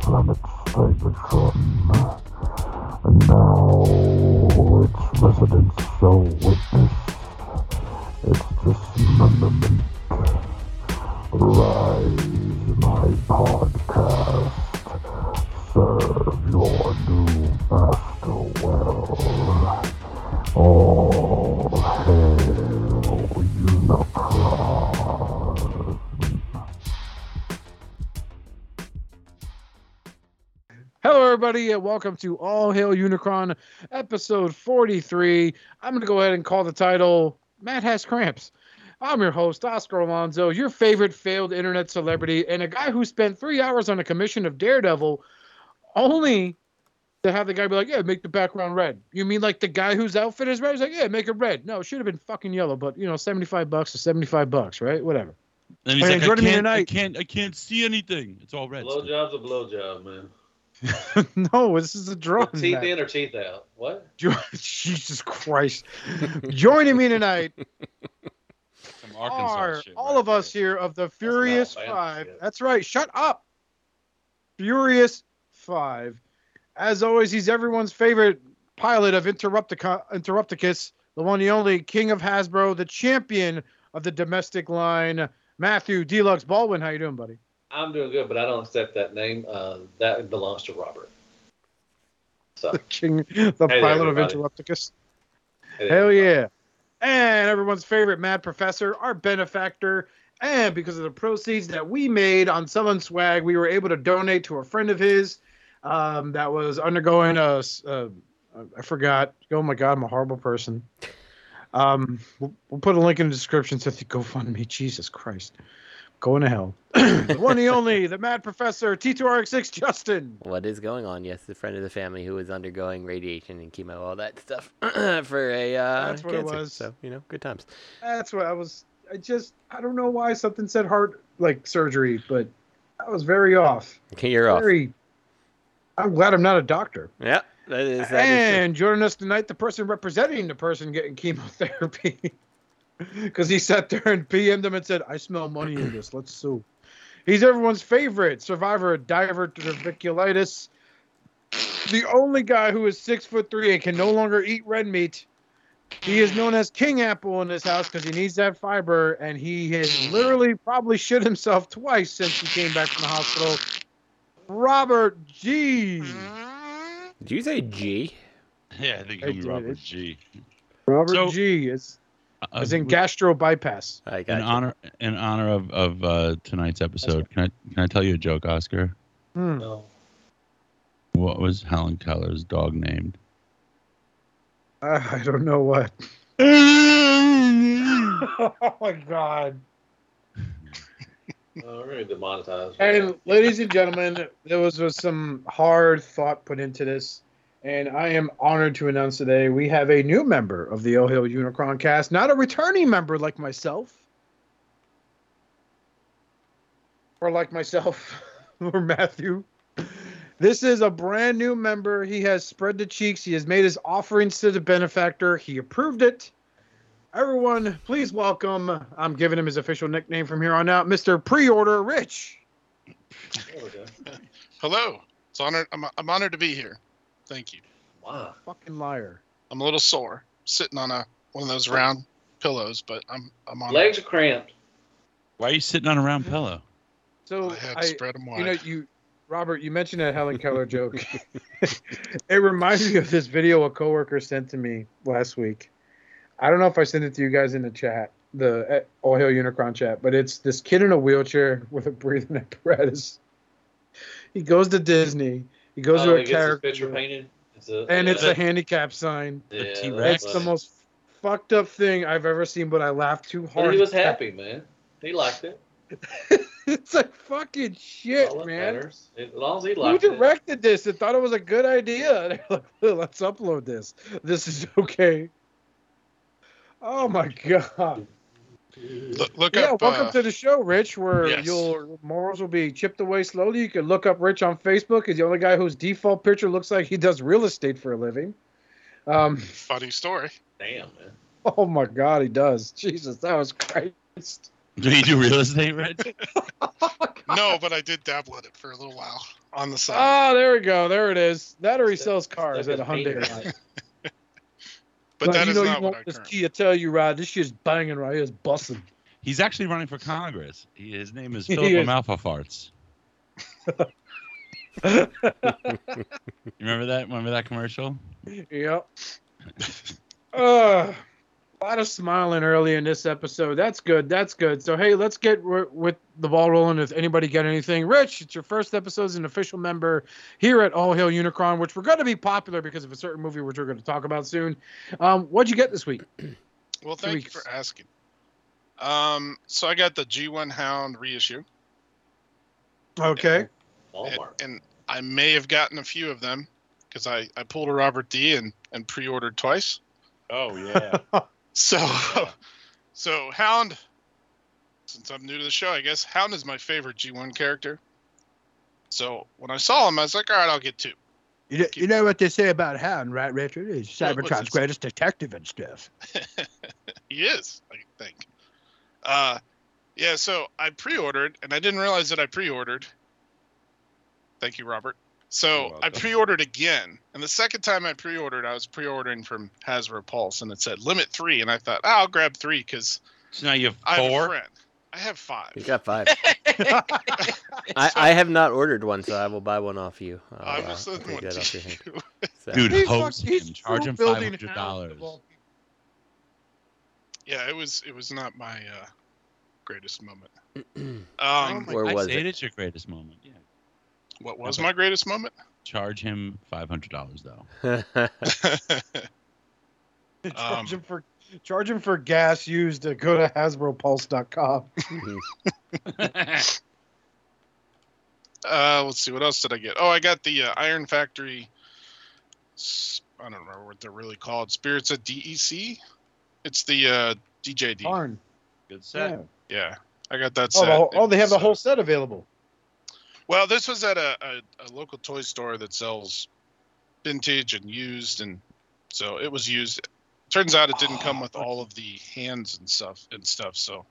time it's sacred from. And now its residents shall witness its dismemberment. Rise, my podcast. Serve your new master well. All hail Unicron. Hello, everybody, and welcome to All Hail Unicron, episode 43. I'm going to go ahead and call the title Matt Has Cramps. I'm your host, Oscar Alonso, your favorite failed internet celebrity, and a guy who spent three hours on a commission of Daredevil only to have the guy be like, Yeah, make the background red. You mean like the guy whose outfit is red? He's like, Yeah, make it red. No, it should have been fucking yellow, but you know, 75 bucks is 75 bucks, right? Whatever. And he's Hey, like, I joining can't, me I tonight- can't, I can't see anything. It's all red. still. Blowjob's a blowjob, man. no, this is a drawing. With teeth Matt. in or teeth out? What? Jo- Jesus Christ. Joining me tonight Some are shit, all right? of us here of the Furious Alabama Five. shit. That's right. Shut up. Furious Five. As always, he's everyone's favorite pilot of Interruptica- Interrupticus, the one, the only king of Hasbro, the champion of the domestic line, Matthew Deluxe Baldwin. How you doing, buddy? I'm doing good, but I don't accept that name. Uh, that belongs to Robert. So, The king, the pilot of everybody. Interrupticus. hey there. Hell yeah. And everyone's favorite mad professor, our benefactor. And because of the proceeds that we made on selling swag, we were able to donate to a friend of his um, that was undergoing a, s- uh, I forgot. Oh my God, I'm a horrible person. Um, we'll, we'll put a link in the description to the GoFundMe. Jesus Christ. Going to hell. the one, the only, the mad professor, T2RX6 Justin. What is going on? Yes, the friend of the family who was undergoing radiation and chemo, all that stuff for a uh, That's what it cancer. was. So you know, good times. That's what I was. I just I don't know why something said heart like surgery, but I was very off. Okay, you're off. Very. I'm glad I'm not a doctor. Yeah, that is that is true. and joining us tonight, the person representing the person getting chemotherapy, because he sat there and PM'd him and said, "I smell money in this. Let's sue." He's everyone's favorite survivor of diverticulitis, the only guy who is six foot three and can no longer eat red meat. He is known as King Apple in this house because he needs that fiber, and he has literally probably shit himself twice since he came back from the hospital. Robert G. Did you say G? Yeah, I think Hey, it'll be dude, Robert it's- G. Robert So- G is Uh, is in we- gastro bypass. I got in honor, in honor of of uh, tonight's episode. Can I can I tell you a joke, Oscar? Hmm. No. What was Helen Keller's dog named? I, I don't know what. oh my god. Oh, we're gonna demonetize. And ladies and gentlemen, there was, was some hard thought put into this. And I am honored to announce today we have a new member of the O Hill Unicron cast, not a returning member like myself. Or like myself or Matthew. This is a brand new member. He has spread the cheeks. He has made his offerings to the benefactor. He approved it. Everyone, please welcome. I'm giving him his official nickname from here on out, Mr. Pre Order Rich. There we go. Hello. It's honored. I'm, I'm honored to be here. Thank you. Wow. Fucking liar. I'm a little sore, sitting on a one of those round pillows, but I'm I'm honored. Legs are cramped. Why are you sitting on a round pillow? So I had to I, spread them wide. you know, you Robert, you mentioned that Helen Keller joke. it reminds me of this video a coworker sent to me last week. I don't know if I sent it to you guys in the chat, the eh, All Hail Unicron chat, but it's this kid in a wheelchair with a breathing apparatus. He goes to Disney. He goes Oh, to a he gets his picture character, painted. It's a, and it's yeah, a handicap sign. yeah, that's T-Rex. It's funny. the most fucked up thing I've ever seen, but I laughed too hard. But he was happy, man. He liked it. it's like fucking shit, All that man. matters. As long as he Who liked it. directed this and thought it was a good idea? They're like, "Well, let's upload this. This is okay. Oh my god! look look yeah, up. welcome uh, to the show, Rich, where Yes. your morals will be chipped away slowly. You can look up Rich on Facebook. He's the only guy whose default picture looks like he does real estate for a living. Um, funny story. Damn, man. oh my god, he does. Jesus, that was Christ. Do you do real estate, Rich? Oh my no, but I did dabble in it for a little while on the side. Ah, there we go. There it is. That or he Step- sells cars at Step a in pain Hyundai. tonight. but Like, that you is know not you what want I this currently. Kia Telluride. This shit's banging right here. It's busting. He's actually running for Congress. He, his name is He Philip is. Amalfa Farts. You remember that? Remember that commercial? Yep. Uh, a lot of smiling early in this episode. That's good. That's good. So hey, let's get w- with the ball rolling. If anybody got anything, Rich, it's your first episode as an official member here at All Hill Unicron, which we're going to be popular because of a certain movie which we're going to talk about soon. Um, what'd you get this week? Well, Two thank you weeks. for asking. Um, so I got the G1 Hound reissue, Okay. and, Walmart. and I may have gotten a few of them because I, I pulled a Robert D and, and pre-ordered twice. Oh yeah. So, Yeah. so Hound. Since I'm new to the show, I guess Hound is my favorite G1 character. So when I saw him, I was like, all right, I'll get two. You know, you know what they say about Hound, right, Richard? He's What- what's Cybertron's this? greatest detective and stuff. He is, I think. Uh, yeah. So I pre-ordered, and I didn't realize that I pre-ordered. Thank you, Robert. You're So I welcome. pre-ordered again, and the second time I pre-ordered, I was pre-ordering from Hasbro Pulse, and it said limit three, and I thought, "Ah, I'll grab three because So now you have I have a four. friend. I have five. He's got five. I, I have not ordered one, so I will buy one off you. I'll, I uh, will send I'll take one that off to your hand. you. So- Dude, He's host fuck- he's him. Charge him five building hundred Hound of dollars. all Yeah, it was it was not my uh, greatest moment. Mm. Um, Where I was say it? it's your greatest moment. Yeah. what was Okay. my greatest moment? Charge him five hundred dollars though. charge Um, him for charge him for gas used to go to HasbroPulse.com. uh, let's see, what else did I get? Oh, I got the uh, Iron Factory. s- I don't remember what they're really called. Spirits at DEC. It's the uh, DJD. Darn. Good Yeah. Yeah, I got that Oh, set. the whole, oh, they have the It's, uh, whole set available. Well, this was at a, a, a local toy store that sells vintage and used, and so it was used. Turns out it didn't come with all of the hands and stuff and stuff, so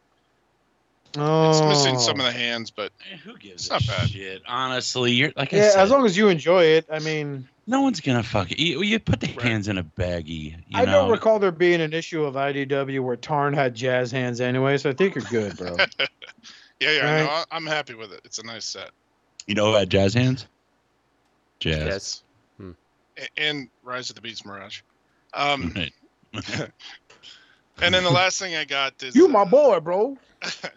Oh. it's missing some of the hands. But Who gives It's not a bad. shit? Honestly, you're like I Yeah, said, as long as you enjoy it. I mean, no one's gonna fuck it. You, you put the Right. hands in a baggie. You I know? don't recall there being an issue of IDW where Tarn had jazz hands anyway, so I think you're good, bro. yeah, yeah, Right. no, I, I'm happy with it. It's a nice set. You know uh, jazz hands. Jazz. Yes. Hmm. A- And Rise of the Beast Mirage. Um, Right. and then the last thing I got is you my uh, boy, bro. or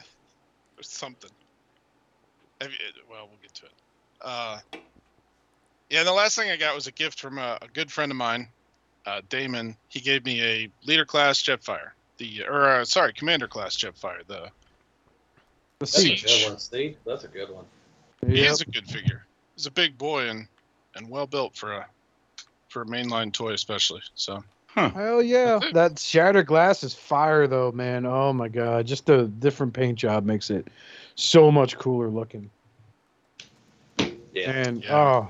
something. Have you- it- well, we'll get to it. Uh, yeah, the last thing I got was a gift from a, a good friend of mine, uh, Damon. He gave me a leader class Jetfire, the or uh, sorry, commander class Jetfire. The The That's a siege. good one, Steve. That's a good one. he Yep. is a good figure. He's a big boy and and well built for a for a mainline toy, especially. So Hell yeah. That's it. That shattered glass is fire though, man. Oh my god. Just the different paint job makes it so much cooler looking. Yeah. And Yeah. oh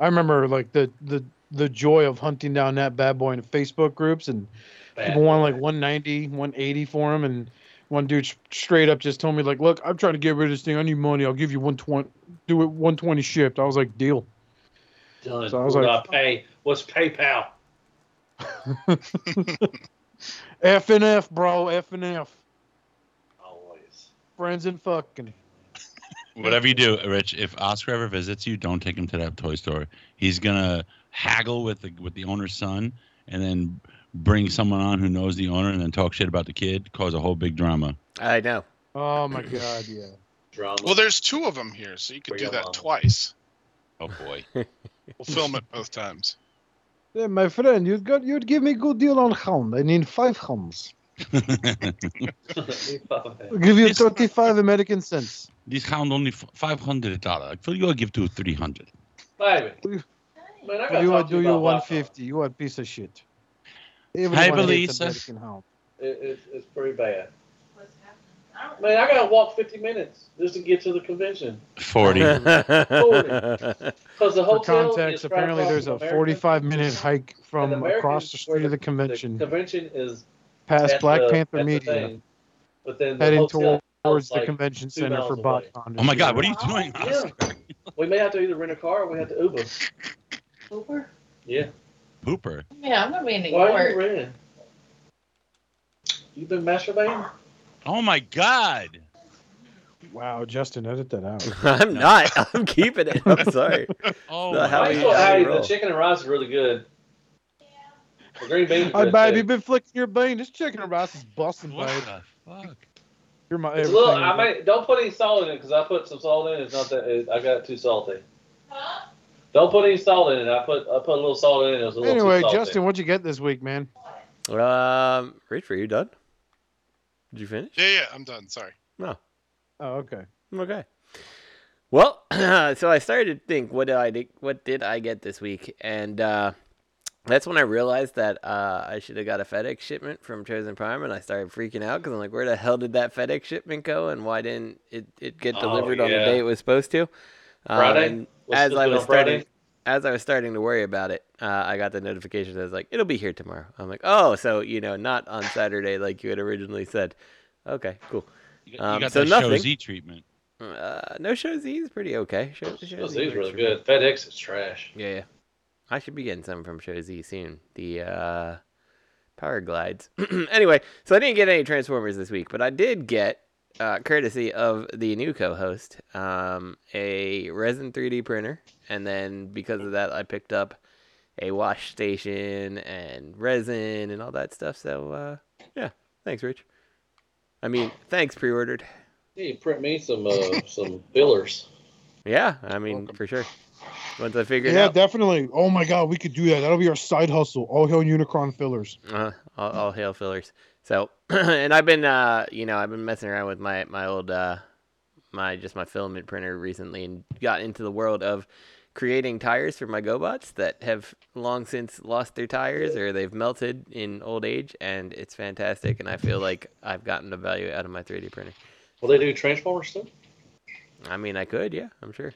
I remember like the the the joy of hunting down that bad boy in Facebook groups and Bad. people wanted like 190, 180 for him and one dude s- straight up just told me like, "Look, I'm trying to get rid of this thing. I need money. I'll give you 120 do it 120 shipped." I was like, "Deal." Done. So I was What like- I pay? What's PayPal? F and F, bro. F and F. Always. Friends and fucking. Whatever you do, Rich, if Oscar ever visits you, don't take him to that toy store. He's gonna haggle with the with the owner's son, and then bring someone on who knows the owner, and then talk shit about the kid, cause a whole big drama. I know. Oh my god, yeah. Drama. well, there's two of them here, so you could We do got that one. twice. Oh boy. We'll film it both times. Yeah, my friend, you'd got you'd give me good deal on hound. I need five hounds. I'll give you Yes. thirty five American cents. This hound only five hundred dollars. For you, I give to three hundred. Baby. You- Man, I gotta You talk are to do you you about one Wi-Fi. fifty. You are a piece of shit. Everyone hates Belisa. American hound. It, it's it's pretty bad. What's happening? I don't Man, I gotta walk 50 minutes just to get to the convention Forty. because the For hotel. context, is right apparently across there's from a America. forty five minute hike And from Americans across the street where of the convention The convention is past at Black the- Panther at the Media thing, but then the heading hotel towards the like convention two center miles for away. BotCon. Oh my God, what are you Oh, doing? Yeah. Oscar? we may have to either rent a car or we have to Uber. Uber? Yeah. Pooper. Yeah, I'm gonna be in New Why are you York. renting? You been masturbating? Oh my God. Wow, Justin, edit that out. I'm not. I'm keeping it. I'm sorry. Oh, The my hell How are God. you you, how you, the roll? chicken and rice is really good. The green beans. Hi, good baby, too. been flicking your bean. This chicken and rice is busting, What babe. the fuck? You're my It's a everything. little, I may, don't put any salt in it because I put some salt in it. It's not that it, I got too salty. Huh? Don't put any salt in it. I put I put a little salt in it. It was a little anyway, too salty. Justin, what'd you get this week, man? Um, Rich, were you done? Did you finish? Yeah, yeah, I'm done. Sorry. No. Oh, okay. Okay. Well, so I started to think, what did I di- what did I get this week? And uh, that's when I realized that uh, I should have got a FedEx shipment from Chosen Prime, and I started freaking out because I'm like, where the hell did that FedEx shipment go, and why didn't it, it get Oh, delivered on the yeah. day it was supposed to? Um, Friday? and What's as this I on was Friday? starting, as I was starting to worry about it, uh, I got the notification that was like, it'll be here tomorrow. I'm like, oh, so you know, not on Saturday like you had originally said. Okay, cool. You Um, got so that nothing. show Z treatment. Uh, no, show Z is pretty okay. Show, show Those Z things works Oh, really for me. good. FedEx is trash. Yeah, yeah. I should be getting some from Show Z soon. The uh, Power Glides. anyway, so I didn't get any Transformers this week, but I did get, uh, courtesy of the new co-host, um, a resin 3D printer, and then because of that, I picked up a wash station and resin and all that stuff. So uh, yeah, thanks, Rich. I mean, thanks pre-ordered. Yeah, you print me some uh, some fillers. Yeah, I mean welcome. for sure. Once I figured Yeah, out, definitely. Oh my God, we could do that. That'll be our side hustle. All hail Unicron fillers. Uh, all, all hail fillers. So, and I've been, uh, you know, I've been messing around with my my old, uh, my just my filament printer recently, and got into the world of creating tires for my GoBots that have long since lost their tires or they've melted in old age, and it's fantastic. And I feel like I've gotten the value out of my 3D printer. Will they do Transformers too? I mean, I could, yeah, I'm sure.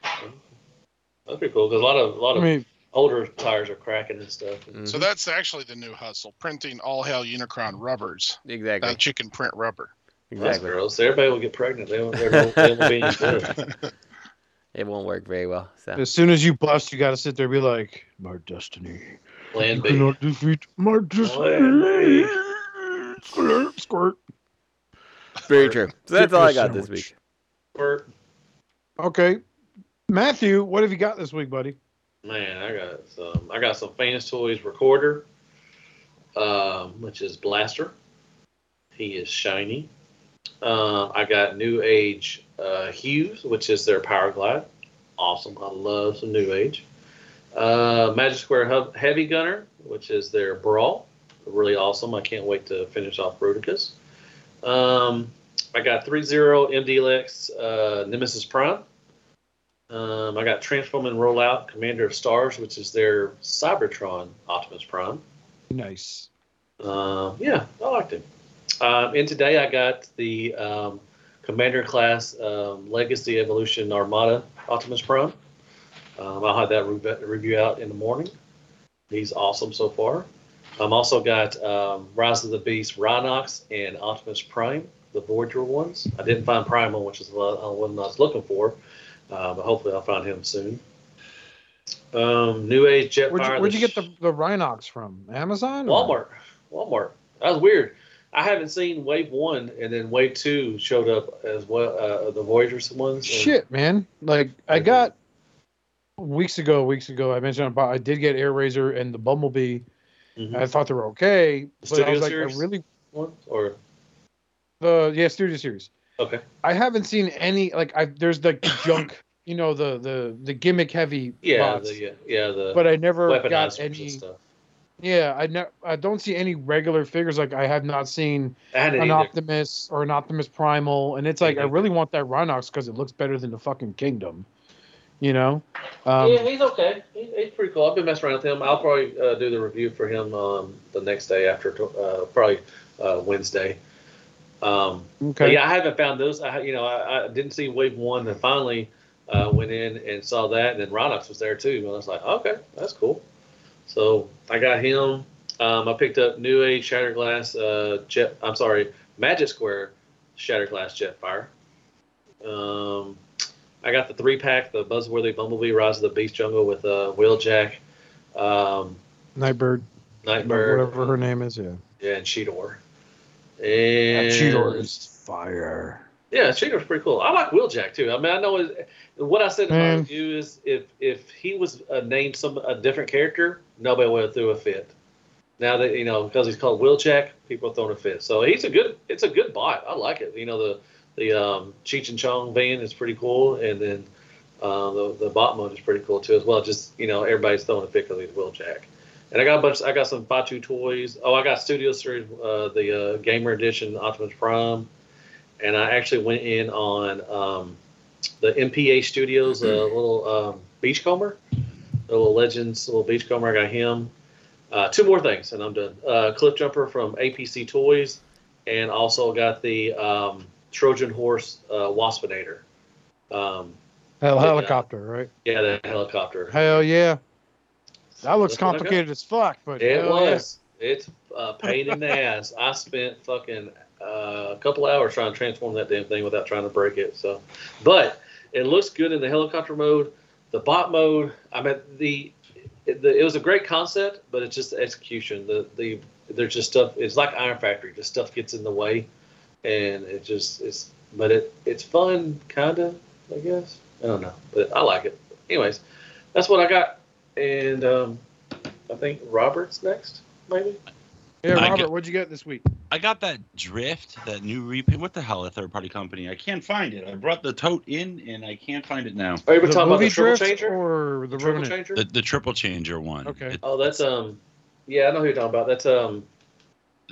That's pretty cool because a lot of a lot I of mean, older tires are cracking and stuff. So Mhm, that's actually the new hustle: printing all hell Unicron rubbers. exactly, Now that you can print rubber. That's exactly. gross. Everybody will get pregnant. They won't, they won't, they won't be any good. It won't work very well. So, as soon as you bust, you got to sit there and be like, my destiny. Plan You B. cannot defeat my destiny. Plan Squirt, squirt. very true. So that's all I got this sandwich. week. Bert, Okay. Matthew, what have you got this week, buddy? Man, I got some. I got some fans toys recorder, um, which is Blaster. He is shiny. Uh, I got New Age uh, Hughes, which is their Power Glide. Awesome. I love some New Age. Uh, Magic Square Hub Heavy Gunner, which is their Brawl. Really awesome. I can't wait to finish off Bruticus. Um, I got 3 0 MDLX uh, Nemesis Prime. Um, I got Transform and Rollout, Commander of Stars, which is their Cybertron Optimus Prime. Nice. Um, yeah, I liked him. Um, and today I got the um, Commander class um, Legacy Evolution Armada Optimus Prime. Um, I'll have that re- review out in the morning. He's awesome so far. I'm also got um, Rise of the Beast Rhinox and Optimus Prime, the Voyager ones. I didn't find Primal, which is the uh, one I was looking for, uh, but hopefully I'll find him soon. Um, New Age Jetfire. Where'd you, where'd you the get the, the Rhinox from? Amazon? or- Walmart. Walmart. That was weird. I haven't seen Wave One, and then Wave Two showed up as well. Uh, the Voyagers ones. and- Shit, man. Like, I Mhm. got weeks ago, weeks ago, I mentioned about I did get Air Razor and the Bumblebee. Mhm. I thought they were okay, but I Studio was like, series? I really One or the yeah Studio Series. Okay. I haven't seen any like I there's the junk, you know, the the the gimmick heavy yeah, bots, the, yeah, yeah, the but I never got weaponizers and any. stuff. Yeah, I ne- I don't see any regular figures. Like I have not seen I hadn't an either. Optimus or an Optimus Primal, and it's like I Mhm. really want that Rhinox because it looks better than the fucking Kingdom, you know. Um, yeah, he's okay. He, he's pretty cool. I've been messing around with him. I'll probably uh, do the review for him um, the next day after, uh, probably uh, Wednesday. Um, But okay. yeah, I haven't found those. I, you know, I, I didn't see wave one, and finally uh, went in and saw that, and then Ronox was there too. And I was like, okay, that's cool. So I got him. Um, I picked up New Age Shatterglass uh, Jet. I'm sorry, Magic Square Shatterglass Jetfire. Um, I got the three pack, the Buzzworthy Bumblebee, Rise of the Beast Jungle with uh, Wheeljack, um, Nightbird, Nightbird, whatever her name is. Yeah. yeah, and Cheetor. yeah And Cheetor is fire. Yeah, Cheetor's pretty cool. I like Wheeljack too. I mean, I know it, what I said in my Man. review is if if he was uh, named some a different character, nobody would have threw a fit. Now that you know, because he's called Wheeljack, people are throwing a fit. So he's a good. It's a good bot. I like it. You know, the the um, Cheech and Chong van is pretty cool, and then uh, the the bot mode is pretty cool too as well. Just you know, everybody's throwing a fit because he's Wheeljack. And I got a bunch. I got some Fatu toys. Oh, I got Studio Series, uh, the uh, Gamer Edition Optimus Prime and I actually went in on um, the MPA Studios, a little um, beachcomber, a little Legends, a little beachcomber. I got him. Uh, two more things, and I'm done. Uh, Cliff Jumper from APC Toys, and also got the um, Trojan Horse uh, Waspinator. Um, Hell, Yeah. helicopter, right? yeah, the helicopter. Hell yeah. That looks That's what I got. complicated as fuck, but It hell was. It's a pain in the ass. I spent fucking uh, a couple hours trying to transform that damn thing without trying to break it. So, but it looks good in the helicopter mode, the bot mode. I mean, the, it- the it was a great concept, but it's just the execution. The the there's just stuff. It's like Iron Factory. Just stuff gets in the way, and it just it's. But it it's fun, kinda. I guess I don't know, but I like it. Anyways, that's what I got, and um, I think Robert's next, maybe. Yeah, I Robert, get- what'd you get this week? I got that drift, that new repaint. What the hell, a third party company? I can't find it. I brought the tote in and I can't find it now. Are you talking about the movie triple drift changer? or the triple Revenant? changer? The, the triple changer one. Okay. It- oh, that's um. Yeah, I know who you're talking about. That's um.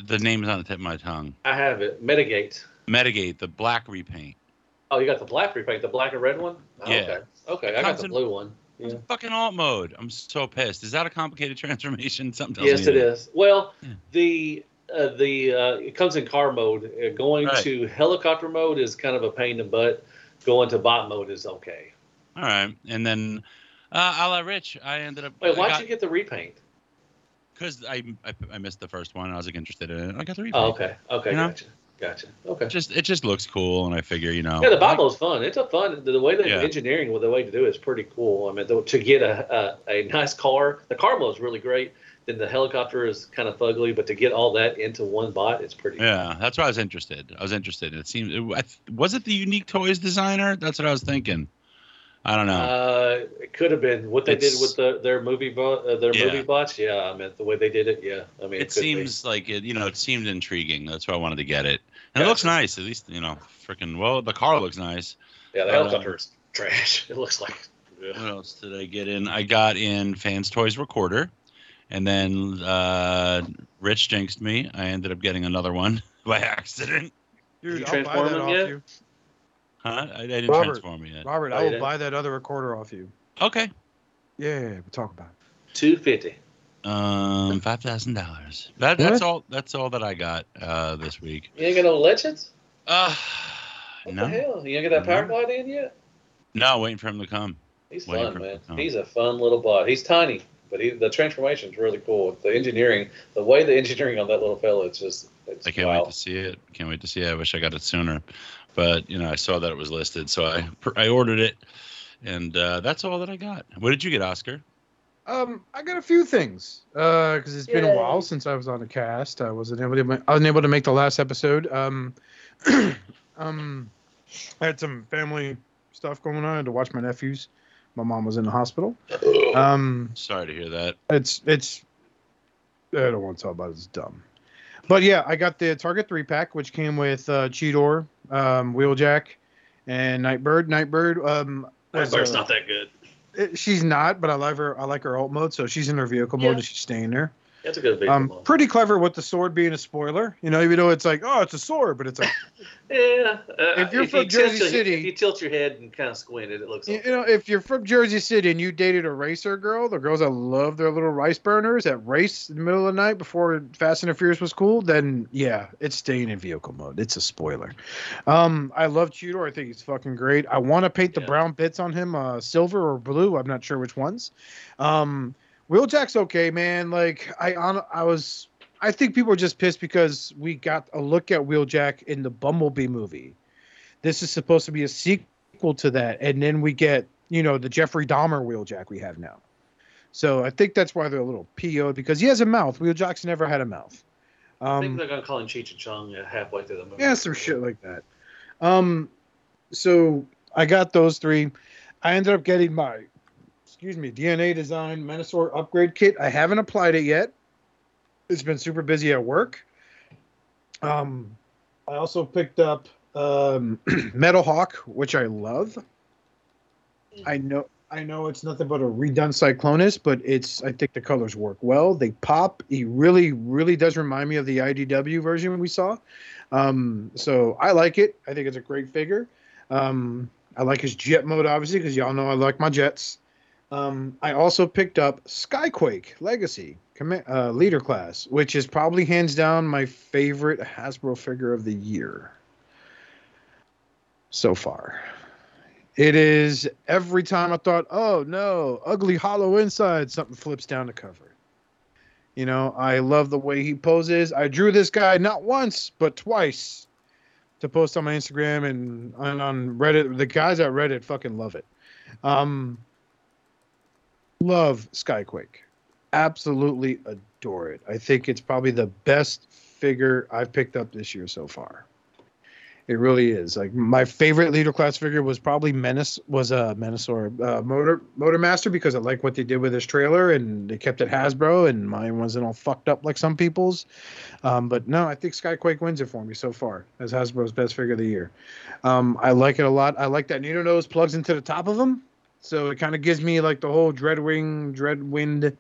the name's on the tip of my tongue. I have it. Medigate. Medigate, the black repaint. Oh, you got the black repaint, the black and red one. Oh, Yeah. Okay. Okay, I got the Constant- blue one. Yeah. Fucking alt mode. I'm so pissed. Is that a complicated transformation? Something tells Yes, me Hmm. it is. Well, Yeah. the uh, the uh, it comes in car mode. Uh, going Right. to helicopter mode is kind of a pain in the butt. Going to bot mode is okay. All right. And then, uh, a la Rich, I ended up. Wait, I why'd got- you get the repaint? because I, I I missed the first one. I was like interested in it. I got the replay. Oh, okay. Okay, You know? gotcha. Gotcha. Okay. It just it just looks cool, and I figure you know. Yeah, the Bible is fun. It's a fun. The way that Yeah. engineering with the way to do it is pretty cool. I mean, though, to get a, a a nice car, the car model is really great. Then the helicopter is kind of fugly, but to get all that into one bot, it's pretty. Yeah, that's why I was interested. I was interested. It seemed it, I, th- was it the Unique Toys designer? That's what I was thinking. I don't know. Uh, it could have been what they did It's- with the, their movie bo- uh, their Yeah. movie bots. Yeah, I mean the way they did it. Yeah, I mean it, it could be. seems like it. You know, it seemed intriguing. That's why I wanted to get it. And Yeah. it looks nice. At least you know, freaking well, the car looks nice. Yeah, the um, uh, helicopter is trash. It looks like. What Ugh. else did I get in? I got in Fans Toys Recorder, and then uh, Rich jinxed me. I ended up getting another one by accident. Dude, I'll You buy transform that him off yet? you. Huh? I, I didn't Robert. transform it yet. Robert, Oh, I you will did? buy that other recorder off you. Okay. Yeah, we'll talk about it. Two fifty. Um, five thousand dollars. That that's all. That's all that I got uh, this week. You ain't got no legends. Uh, What the no, hell? You ain't got that power No. glide in yet? no, waiting for him to come. He's Waiting fun, for man. it to come. He's a fun little bot. He's tiny, but he, the transformation's really cool. The engineering, the way the engineering on that little fella, it's just, it's I can't wow. wait to see it. Can't wait to see it. I wish I got it sooner, but you know, I saw that it was listed, so I I ordered it, and uh, that's all that I got. What did you get, Oscar? Um, I got a few things because it's been a Yay. while since I was on the cast. I wasn't able to. ma- I wasn't able to make the last episode. Um, um, I had some family stuff going on. I had to watch my nephews. My mom was in the hospital. Um, Sorry to hear that. it's it's I don't want to talk about it. It's dumb. But yeah, I got the Target three pack, which came with uh, Cheetor, um, Wheeljack, and Nightbird. Nightbird. Um, That was, bird's uh, not that it- good. Uh, she's not, but I love her. I like her alt mode, so she's in her vehicle Yeah. mode and she's staying there. That's a good big Um, one. pretty clever with the sword being a spoiler. You know, even though it's like, oh, it's a sword, but it's like, Yeah. Uh, if you're from you tilt Jersey your- City- if you tilt your head and kind of squint it, it looks. you okay. know, if you're from Jersey City and you dated a racer girl, the girls that love their little rice burners at race in the middle of the night before Fast and the Furious was cool, then yeah, it's staying in vehicle mode. It's a spoiler. Um, I love Tudor. I think he's fucking great. I want to paint Yeah. the brown bits on him, uh, silver or blue. I'm not sure which ones. Um, Wheeljack's okay, man. Like I, on, I was I think people are just pissed because we got a look at Wheeljack in the Bumblebee movie. This is supposed to be a sequel to that, and then we get you know the Jeffrey Dahmer Wheeljack we have now. So I think that's why they're a little PO'd because he has a mouth. Wheeljack's never had a mouth. I think Um, they're gonna call him Cheech and Chong uh, halfway through the movie. yeah, some shit like that. Um, so I got those three. I ended up getting my, excuse me, DNA design Menosaur upgrade kit. I haven't applied it yet. It's been super busy at work. Um, I also picked up um, Metal Hawk, which I love. I know. I know it's nothing but a redone Cyclonus, but it's I think the colors work well. They pop. He really, really does remind me of the IDW version we saw. Um, so I like it. I think it's a great figure. Um, I like his jet mode, obviously, because y'all know I like my jets. Um, I also picked up Skyquake Legacy comm- uh, Leader Class, which is probably hands down my favorite Hasbro figure of the year so far. It is every time I thought, oh no, ugly hollow inside, something flips down the cover. You know, I love the way he poses. I drew this guy not once, but twice to post on my Instagram and on, on Reddit. The guys at Reddit fucking love it. Um, love Skyquake. Absolutely adore it. I think it's probably the best figure I've picked up this year so far. It really is. Like my favorite leader class figure was probably Menace was a uh, Menace or uh, Motor Motor Master because I like what they did with his trailer and they kept it Hasbro and mine wasn't all fucked up like some people's. Um, but no, I think Skyquake wins it for me so far as Hasbro's best figure of the year. Um, I like it a lot. I like that Nino Nose plugs into the top of him, so it kind of gives me like the whole Dreadwing, Dreadwind,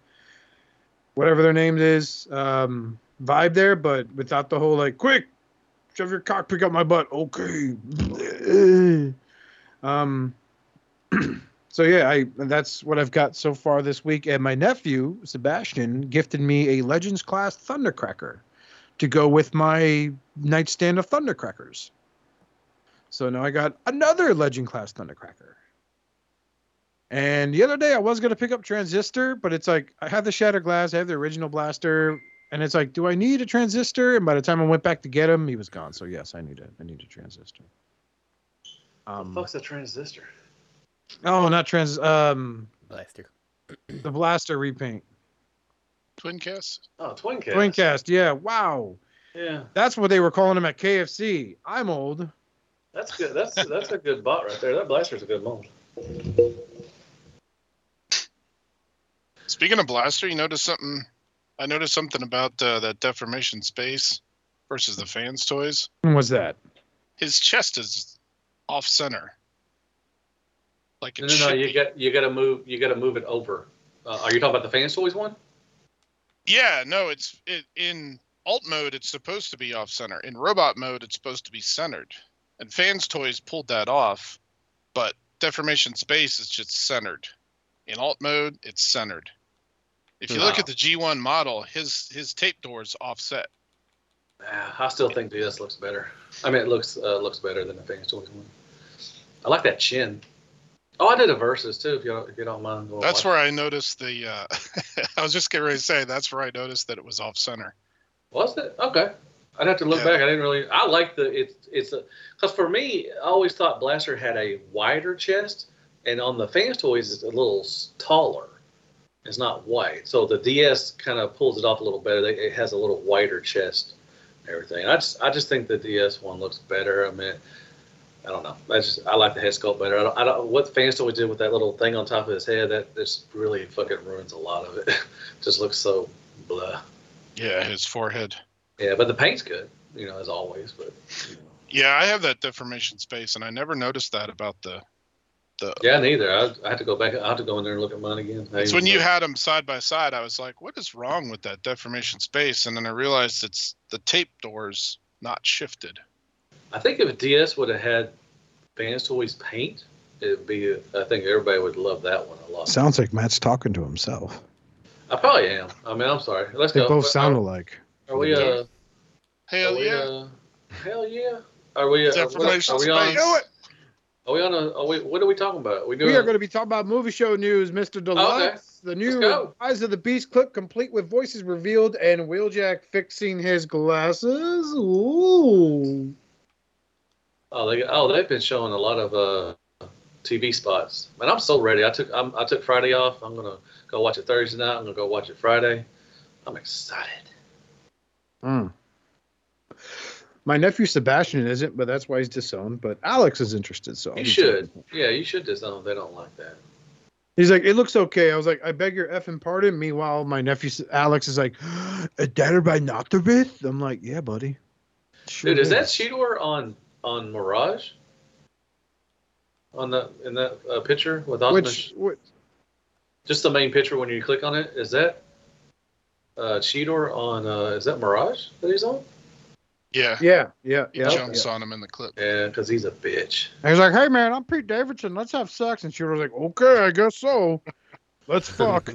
whatever their name is, um, vibe there, but without the whole like quick shove your cock pick up my butt okay um so yeah i that's what i've got so far this week and my nephew sebastian gifted me a legends class thundercracker to go with my nightstand of thundercrackers so now i got another legend class thundercracker and the other day i was going to pick up transistor but it's like i have the shattered glass i have the original blaster and it's like, do I need a transistor? And by the time I went back to get him, he was gone. So yes, I need a I need a transistor. Um, Fuck's a transistor. oh, not trans. Um, Blaster. the blaster repaint. Twin Kiss. Oh, twin cast. Twincast. Yeah. Wow. Yeah, That's what they were calling him at KFC. I'm old. that's good. That's that's a good bot right there. That blaster's a good moment. Speaking of blaster, you noticed something. I noticed something about uh, that deformation space versus the fans' toys. When was that? His chest is off center. Like No, it no, no. should You be. got you got to move. You got to move it over. Uh, are you talking about the fans toys one? Yeah, no, it's it, in alt mode. It's supposed to be off center. In robot mode, it's supposed to be centered. And fans toys pulled that off, but deformation space is just centered. In alt mode, it's centered. If you look Wow. at the G1 model, his his tape door's offset. Ah, I still think this looks better. I mean, it looks uh, looks better than the fans toys one. I like that chin. Oh, I did a versus too. If you don't, if you don't mind. going That's watch. where I noticed the. Uh, I was just getting ready to say that's where I noticed that it was off center. Was it okay? I'd have to look Yeah. back. I didn't really. I like the it's it's a because for me, I always thought Blaster had a wider chest, and on the fans toys, it's a little s- taller. It's not wide, so the DS kind of pulls it off a little better. They- It has a little wider chest, and everything. I just I just think the DS one looks better. I mean, I don't know. I just I like the head sculpt better. I don't, I don't what fans toys did with that little thing on top of his head. That just really fucking ruins a lot of it. just looks so blah. Yeah, his forehead. Yeah, but the paint's good, you know, as always. But you know. Yeah, I have that deformation space, and I never noticed that about the. The yeah, neither. I, I had to go back. I have to go in there and look at mine again. I It's even when you looked- had them side by side. I was like, "What is wrong with that deformation space?" And then I realized it's the tape doors not shifted. I think if DS would have had Fans Toys paint, it'd be. I think everybody would love that one a lot. Sounds like Matt's talking to himself. I probably am. I mean, I'm sorry. Let's They go. both Are- sound alike. Are, we? Uh, Hell are we, yeah! Uh, hell Oh, yeah. Are we? Uh, are we- deformation are we space. on? Are we on a? Are we, what are we talking about? Are we doing? We are going to be talking about movie show news, Mr. Deluxe, the new go. Rise of the Beast clip, complete with voices revealed and Wheeljack fixing his glasses. Ooh. Oh, they oh they've been showing a lot of uh, TV spots. Man, I'm so ready. I took I'm, I took Friday off. I'm gonna go watch it Thursday night. I'm gonna go watch it Friday. I'm excited. Hmm. My nephew Sebastian isn't, but that's why he's disowned. But Alex is interested, so I'll Oh, You be should. checking. Yeah, you should disown. if They don't like that. He's like, it looks okay. I was like, I beg your effing pardon. Meanwhile, my nephew S- Alex is like, a data by Noctabith. I'm like, yeah, buddy. Sure Dude, is that Shador on on Mirage? On the in that uh, picture with Osman, which, which just the main picture when you click on it, is that uh, Shador on? Uh, is that Mirage that he's on? Yeah. yeah, yeah, He yeah. yeah. jumps on him in the clip. Yeah, because he's a bitch. And he's like, "Hey man, I'm Pete Davidson. Let's have sex." And she was like, "Okay, I guess so. Let's fuck."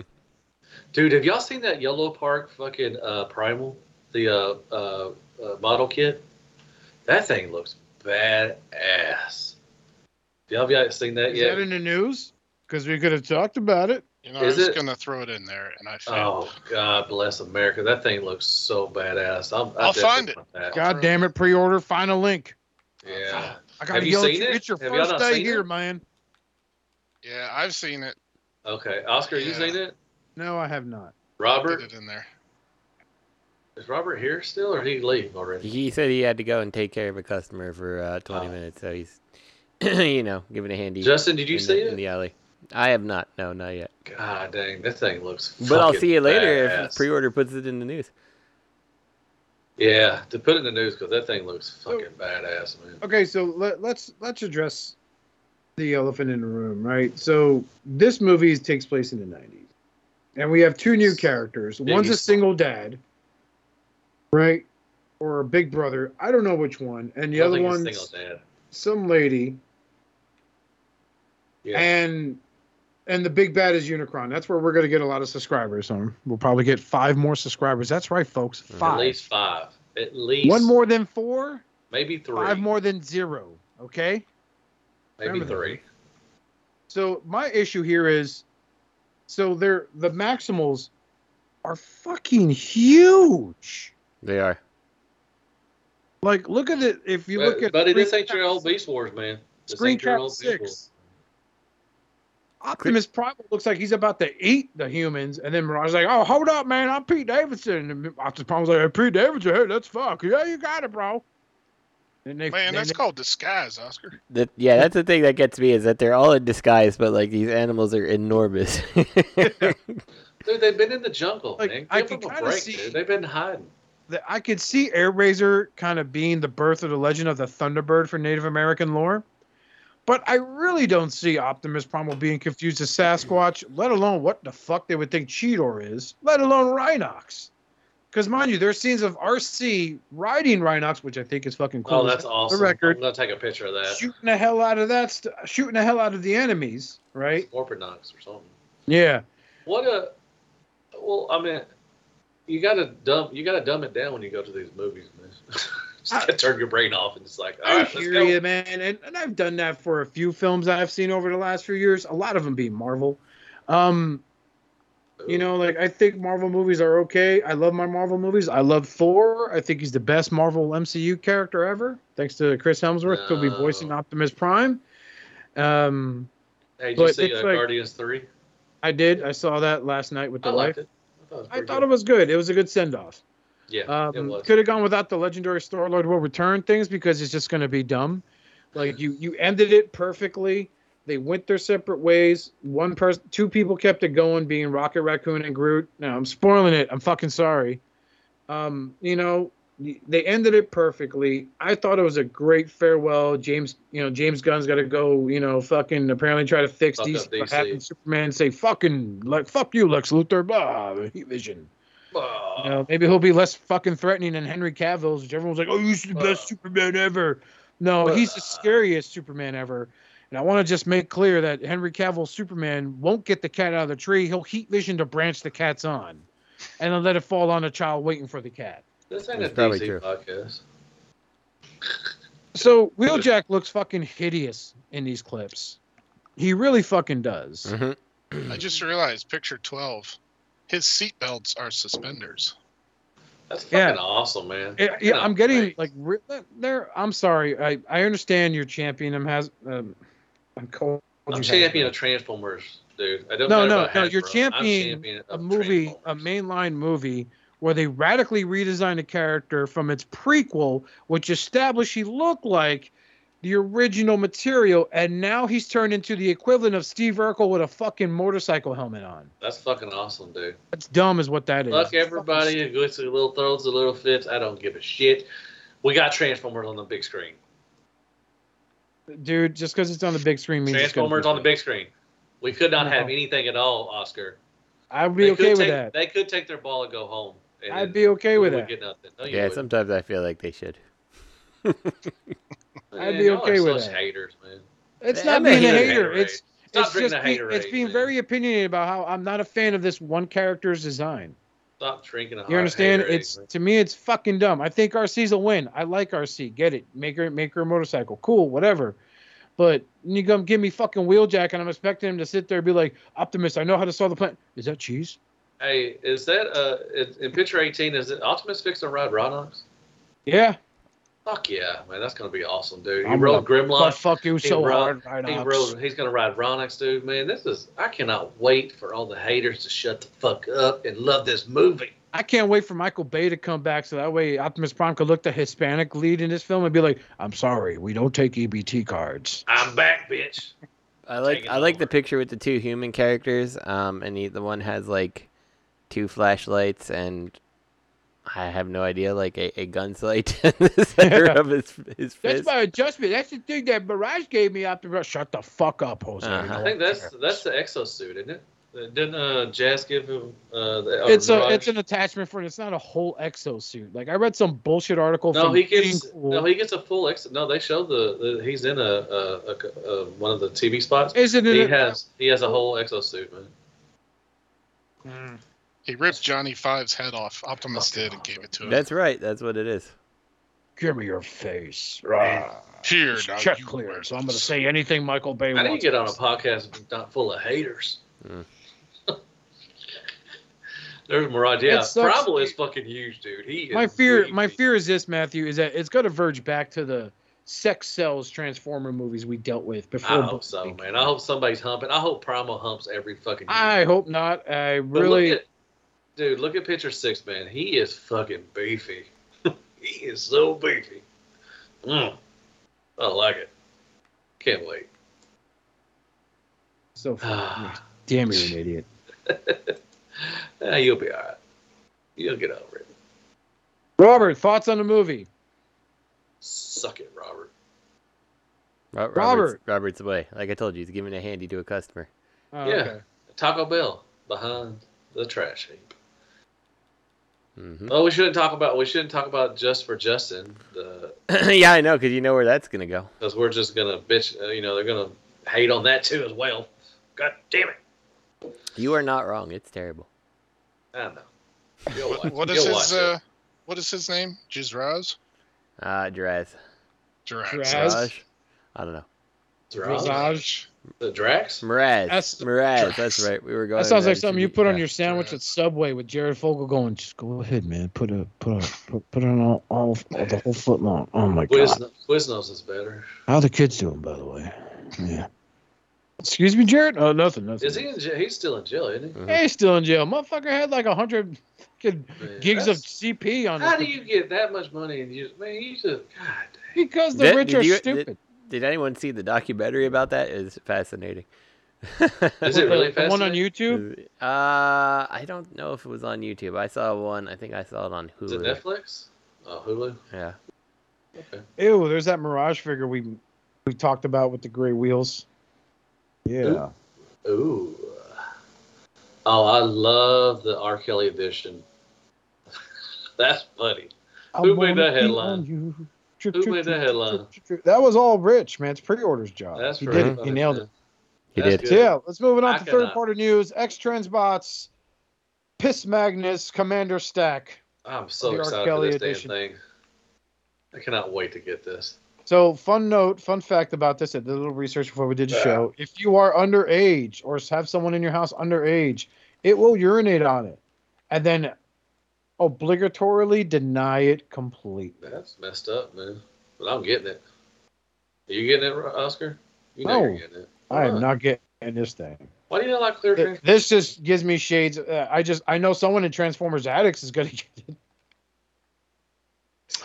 Dude, have y'all seen that Yellow Park fucking uh, Primal, the uh, uh, uh, model kit? That thing looks badass. Y'all have y'all seen that Is yet? that in the news? Because we could have talked about it. You know, Is I was it- gonna throw it in there, and I failed. oh God bless America! That thing looks so badass. I'm, I I'll definitely find it. want that. God damn it! Pre-order. Find a link. Yeah. I gotta Have you yell at seen you. it? It's your Have y'all first not day seen here, it? man. Yeah, I've seen it. Okay, Oscar, you Yeah. seen it? No, I have not. Get Robert it in there. is Robert here still, or did he leave already? He said he had to go and take care of a customer for uh, 20 Oh. minutes, so he's, you know, giving a handy. Justin, did you in see the, it? in the alley? I have not. No, not yet. God dang, that thing looks. But I'll fucking see you later if badass. pre-order puts it in the news. Yeah, to put it in the news because that thing looks fucking badass, man. Okay, so let, let's let's address the elephant in the room, right? So this movie takes place in the '90s, and we have two new characters. One's a Biggie. single dad, right, or a big brother. I don't know which one, and the I other think it's one's single dad. some lady Yeah. and and the big bad is Unicron. That's where we're gonna get a lot of subscribers on. We'll probably get five more subscribers. That's right, folks. At Five. least five. At least One more than four, maybe three. five more than zero. Okay. maybe remember that. three. So my issue here is, so they're the Maximals are fucking huge. They are. Like, look at it. If you look But- at buddy, this Screen ain't your Cap- old Beast Wars, man. This Screen ain't your Cap old Beast Wars. Six. Optimus Prime looks like he's about to eat the humans, and then Mirage is like, "Oh, hold up, man, I'm Pete Davidson." And Optimus Prime's like, hey, "Pete Davidson, hey, let's fuck. Yeah, you got it, bro." And they, Man, they- that's called disguise, Oscar. That yeah, that's the thing that gets me is that they're all in disguise, but like these animals are enormous. Dude, they've been in the jungle, Like, man. Give I can them a kinda break, see- dude. They've been hiding. that I could see Airraiser kind of being the birth of the legend of the Thunderbird for Native American lore, but I really don't see Optimus Primal being confused as Sasquatch, let alone what the fuck they would think Cheetor is, let alone Rhinox. Because mind you, there's scenes of RC riding Rhinox, which I think is fucking cool. Oh, that's awesome. record. I'm gonna take a picture of that. shooting the hell out of that, st- shooting the hell out of the enemies, right? Scorpionox or something. Yeah. What a well, I mean, you gotta dumb you gotta dumb it down when you go to these movies, man. just I- gotta turn your brain off and just like, all I right, let's hear go. you, man, and, and I've done that for a few films that I've seen over the last few years. A lot of them being Marvel. Um, you know, like I think Marvel movies are okay. I love my Marvel movies. I love Thor. I think he's the best Marvel MCU character ever, thanks to Chris Hemsworth, who'll be No. voicing Optimus Prime. Um, Hey, did you but see it's uh, like- Guardians Three? I did. I saw that last night with I the liked wife. it. I thought it was, I pretty thought good. it was good. It was a good send off. yeah, it Um, was. could have gone without the legendary Star Lord will return things because it's just going to be dumb. Like you, you ended it perfectly. They went their separate ways. One person, two people kept it going, being Rocket Raccoon and Groot. Now I'm spoiling it. I'm fucking sorry. Um, you know, y- they ended it perfectly. I thought it was a great farewell. James, you know, James Gunn's got to go. You know, fucking apparently try to fix Fuck DC, up DC. having Superman say fucking like fuck you, Lex Luthor, blah, Heat Vision. Oh, You know, maybe he'll be less fucking threatening than Henry Cavill's, which everyone's like, "Oh, he's the best Uh, Superman ever." No, but, he's the uh, scariest Superman ever. And I want to just make clear that Henry Cavill's Superman won't get the cat out of the tree. He'll heat vision to branch the cat's on, and then let it fall on a child waiting for the cat. this ain't a That's probably DC true. podcast. So Wheeljack looks fucking hideous in these clips. He really fucking does. Mhm. I just realized picture 12. His seatbelts are suspenders. That's fucking Yeah. awesome, man. Yeah, yeah, No, I'm getting thanks. like re- there. I'm sorry. I I understand your champion has. Um, I'm cold. I'm you champion have- of Transformers, dude. I don't No, matter no, about no, you're Hasbro. I'm champion a of movie, a Transformers. mainline movie, where they radically redesigned a character from its prequel, which established he looked like the original material, and now he's turned into the equivalent of Steve Urkel with a fucking motorcycle helmet on. That's fucking awesome, dude. That's dumb, is what that is. Fuck everybody who goes to the little throws, the little flips. I don't give a shit. We got Transformers on the big screen. dude. Just because it's on the big screen means it's gonna Transformers be on the good. big screen. We could not have No. anything at all, Oscar. I would be They could okay with take- that. They could take their ball and go home. and I'd then be okay we with would that. Get nothing. No, you Yeah, wouldn't. sometimes I feel like they should. I'd Man, be y'all okay are with such that. Haters, man. It's I'm not a being a hater. hater. Haterade. It's Stop it's drinking just the be, haterade, it's being man. very opinionated about how I'm not a fan of this one character's design. Stop drinking. a You hot understand? Haterade, It's man. to me, it's fucking dumb. I think RC's a win. I like RC. Get it? Make her make her a motorcycle. Cool, whatever. But you come give me fucking wheeljack, and I'm expecting him to sit there and be like, "Optimus, I know how to solve the plan." Is that cheese? Hey, is that uh in- in picture eighteen? Is it Optimus fixing to ride Ronox? Yeah. Fuck yeah, man! That's gonna be awesome, dude. He I'm rode But Grimlock. fuck you He so rode- hard, right He now. rode. He's gonna ride Ronox, dude. Man, this is. I cannot wait for all the haters to shut the fuck up and love this movie. I can't wait for Michael Bay to come back so that way Optimus Prime could look the Hispanic lead in this film and be like, "I'm sorry, we don't take EBT cards." I'm back, bitch. I like Taking I like the over. picture with the two human characters. Um, and the one has like two flashlights and I have no idea, like a, a gunsight in the center Yeah. of his That's his fist. my adjustment. That's the thing that Mirage gave me after. Shut the fuck up, Jose. Uh-huh. You know I what? think that's that's the exosuit, isn't it? Uh, Didn't uh, Jazz give him? Uh, the, or it's a Mirage? it's an attachment for it. It's not a whole exosuit. Like I read some bullshit article. No, from he gets Being Cool. no, he gets a full exit. No, they show the, the he's in a, a, a, a one of the TV spots. Isn't He it? has he has a whole exosuit, man. Mm. He ripped Johnny Five's head off. Oh, Optimus did and gave it to him. That's right. That's what it is. Give me your face. Ah, here, It's now check you clear. wear So I'm gonna this. say anything Michael Bay How do you wants. get on a podcast not full of haters? Mm. There's Mirage. Yeah, It sucks. Bravo is fucking huge, dude. He is my fear, big, my big. fear is this, Matthew, is that it's gonna verge back to the sex sells Transformer movies we dealt with before. I hope so, Blade. man. I hope somebody's humping. I hope Primal humps every fucking. I year. hope not. I But really. Look at, dude, look at picture six, man. He is fucking beefy. he is so beefy. Mm. I like it. Can't wait. so fucking- Ah, damn, you're an idiot. you'll be all right. You'll get over it. Robert, thoughts on the movie? Suck it, Robert. Ro- Robert. Robert's, Robert's away. Like I told you, he's giving a handy to a customer. Oh, Yeah. okay. Taco Bell behind the trash heap. hmm Oh, we shouldn't talk about we shouldn't talk about just for Justin because yeah, I know, because you know where that's gonna go. we're just gonna bitch. Uh, you know they're gonna hate on that too as well. God damn it! You are not wrong. It's terrible. I don't know. You'll What- watch- what you'll is watch his it. uh, what is his name? Jizraz? Uh, Draz. Jirax. Jirax. Draz. I don't know. Drax? The Drax? Oh Mraz. That's- Mraz. That's Drax. right. We were going. That sounds there. like It something should you be- put on yeah. your sandwich Yeah. at Subway with Jared Fogle going, just go ahead, man. Put a put a put, put on all, all the whole foot long. Oh my god. Quiznos, Quiznos is better. How the kids doing by the way? Yeah. Excuse me, Jared? Oh nothing, nothing. Is he in jail? He's still in jail, isn't he? Hey, he's still in jail. Motherfucker had like a hundred fucking Man, gigs of that's- CP on How do him you get that much money and you man, you just god because the Did- rich did are you- did- stupid. Did anyone see the documentary about that? It's fascinating. Is it The- really the one on fascinating? YouTube? Uh, I don't know if it was on YouTube. I saw one. I think I saw it on Is it Hulu. Netflix? Oh Hulu? Yeah. Okay. Ew, there's that Mirage figure we we talked about with the gray wheels. Ooh. Ooh. Oh, I love the R. Kelly edition. That's funny. I Who made wanna that be headline? on you. Choo- Who choo- made that choo- headline? choo- choo- choo. That was all Rich, man. It's pre-orders job. That's he really did it. He funny, nailed man. it. He That's did. good. So, yeah, let's moving on I to cannot. third party news. X Transbots, Piss Magnus, Commander Stack. I'm so The R. excited Kelly for this edition. damn thing. I cannot wait to get this. So, fun note, fun fact about this. I did a little research before we did the show. If you are underage or have someone in your house underage, it will urinate on it and then obligatorily deny it completely. That's messed up, man. But I'm getting it. Are you getting it, Ro- Oscar? You know No. you're getting it. I am Huh. not getting this thing. Why do you not like clear drink? Th- This just gives me shades. Uh, I just I know someone in Transformers Addicts is gonna get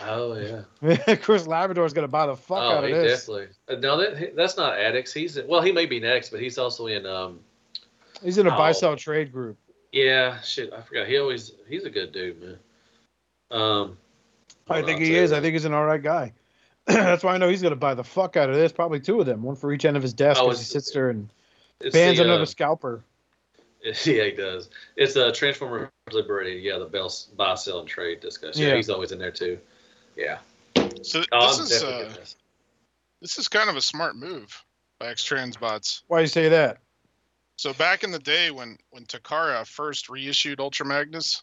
Oh yeah. it. Chris Labrador's gonna buy the fuck oh, out of he this. definitely. uh, No, that he- that's not addicts. He's well, he may be next, but he's also in. um He's in a buy Oh. sell trade group. Yeah, shit, I forgot. He always he's a good dude, man. Um, I hold think on, he I'll is. tell I think he's an all right guy. That's why I know he's gonna buy the fuck out of this. Probably two of them, one for each end of his desk Oh, as he it's- sits there and you. It's bans the, another uh, scalper. Yeah, he does. It's a Transformer Liberty. Yeah, the bell buy, sell, and trade discussion. Yeah, Yeah. he's always in there too. Yeah. So Oh, this I'm is definitely uh, getting this. this is kind of a smart move by Xtransbots. bots. Why you say that? So back in the day when when Takara first reissued Ultra Magnus,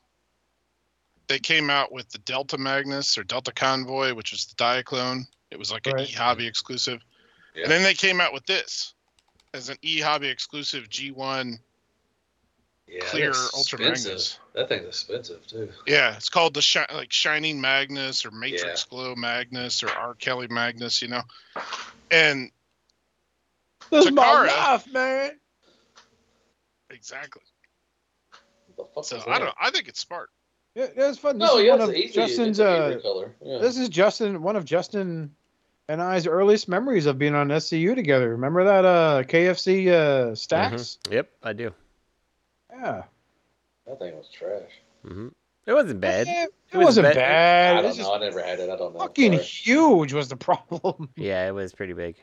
they came out with the Delta Magnus or Delta Convoy, which is the Diaclone. It was like an Right. e-hobby exclusive. Yeah. And then they came out with this as an e-hobby exclusive G1 Yeah, clear that's Ultra expensive. Magnus. That thing's expensive too. Yeah, it's called the shi- like Shining Magnus or Matrix Yeah. Glow Magnus or R. Kelly Magnus, you know. And This is my Takara. life, man. exactly. What the fuck So is I that? don't. know. I think it's smart. Yeah, that's fun. This No, is yeah, one it's of easy. Justin's it's an uh, easy color. Yeah. This is Justin, one of Justin and I's earliest memories of being on SCU together. Remember that uh, KFC Mm-hmm. uh, stacks? Yep, I do. Yeah. that thing was trash. hmm It wasn't bad. Yeah, it, was wasn't bad. bad. I It don't was know. just I never had it. I don't know. fucking Sorry. huge was the problem. Yeah, it was pretty big.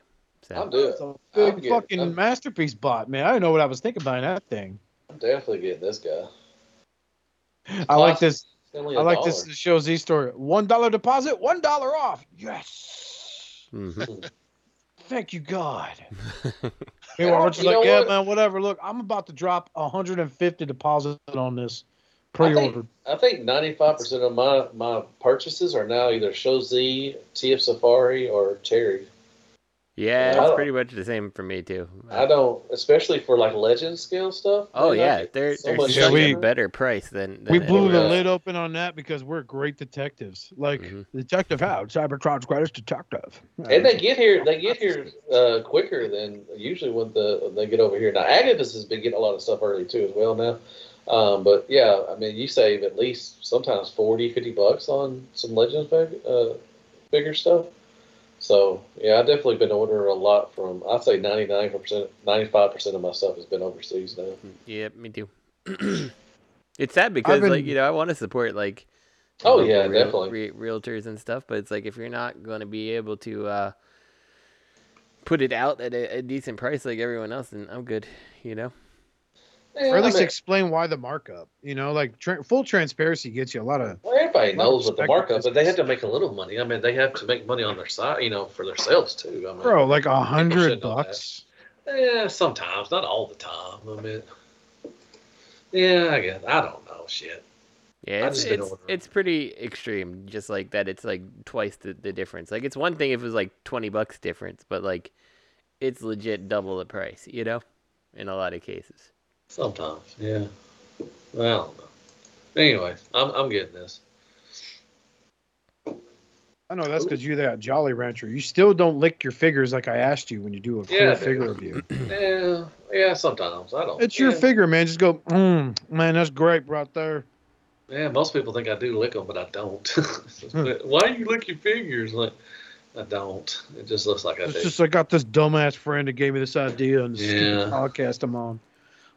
I'm So doing. It's a it. I'm big getting- fucking I'm- masterpiece bot, man. I don't know what I was thinking buying that thing. I'm definitely getting this guy. I like this. It's only I a like this dollar. show Z story. One dollar deposit, one dollar off. Yes. hmm Thank you, God. Meanwhile, Yeah, Richard's you like, know yeah, what? man, whatever. Look, I'm about to drop 150 deposit on this I think- pre-order. I think 95% of my, my purchases are now either Show Z, TF Safari, or Terry. yeah, it's Wow. pretty much the same for me too. Uh, I don't, especially for like legend scale stuff. man, oh I yeah, get they're so they're much such we- a better price than, than We blew the anywhere Yeah. lid open on that because we're great detectives. Like Mhm. Detective How, Cybertron's greatest detective. And they get here, they get here uh, quicker than usually when the they get over here. Now Agabus has been getting a lot of stuff early too as well now. Um, but yeah, I mean, you save at least sometimes 40, 50 bucks on some Legends fig- uh, figure stuff. So yeah, I've definitely been ordering a lot from. I'd say ninety nine percent, ninety five percent of my stuff has been overseas now. Yep, me too. it's sad because like been- you know I want to support like Oh know, yeah, real- definitely. re- realtors and stuff, but it's like if you're not going to be able to uh, put it out at a, a decent price like everyone else, then I'm good, you know. Yeah, Or at I least mean, explain why the markup. You know, like tra- full transparency gets you a lot of. well, everybody knows what the Respect markup, but they have to make a little money. I mean, they have to make money on their side, you know, for themselves too. I mean, Bro, like a hundred shouldn't know that. bucks. Yeah, Eh, sometimes, not all the time. I mean, yeah, I guess I don't know shit. Yeah, I've it's just been it's, ordering. it's pretty extreme. Just like that, it's like twice the, the difference. Like it's one thing if it was like twenty bucks difference, but like it's legit double the price, you know, in a lot of cases. Sometimes, yeah. Well, I don't know. Anyway, I'm I'm getting this. I know that's because you're that Jolly Rancher. You still don't lick your figures like I asked you when you do a clear Yeah, dude. figure review. yeah, yeah. Sometimes I don't. It's your yeah. figure, man. Just go, mm, man, that's great right there. Yeah, most people think I do lick them, but I don't. Hmm. Why do you lick your fingers? Like, I don't. It just looks like I It's do. just I got this dumbass friend that gave me this idea on the Yeah. stupid podcast I'm on.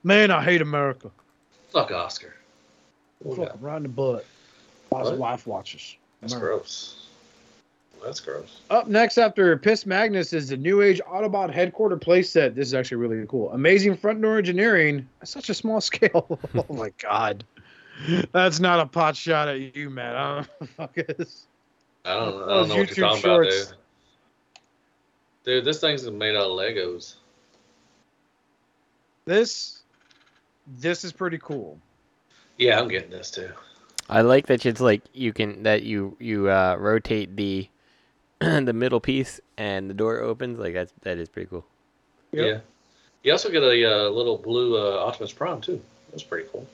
Man, I hate America. Fuck Oscar. What we Fuck got? him right in the butt. While his What? wife watches. That's America. gross. That's gross. Up next after Piss Magnus is the New Age Autobot headquarter playset. This is actually really cool. Amazing front door engineering at such a small scale. oh my god. That's not a pot shot at you, man. I don't know what the fuck is. I don't. I Those don't know what YouTube you're talking shorts. about, dude. Dude, this thing's made out of Legos. This this is pretty cool. Yeah, I'm getting this too. I like that it's like you can that you you uh, rotate the the middle piece and the door opens. Like that's that is pretty cool. Yep. Yeah. You also get a uh, little blue uh, Optimus Prime too. That's pretty cool.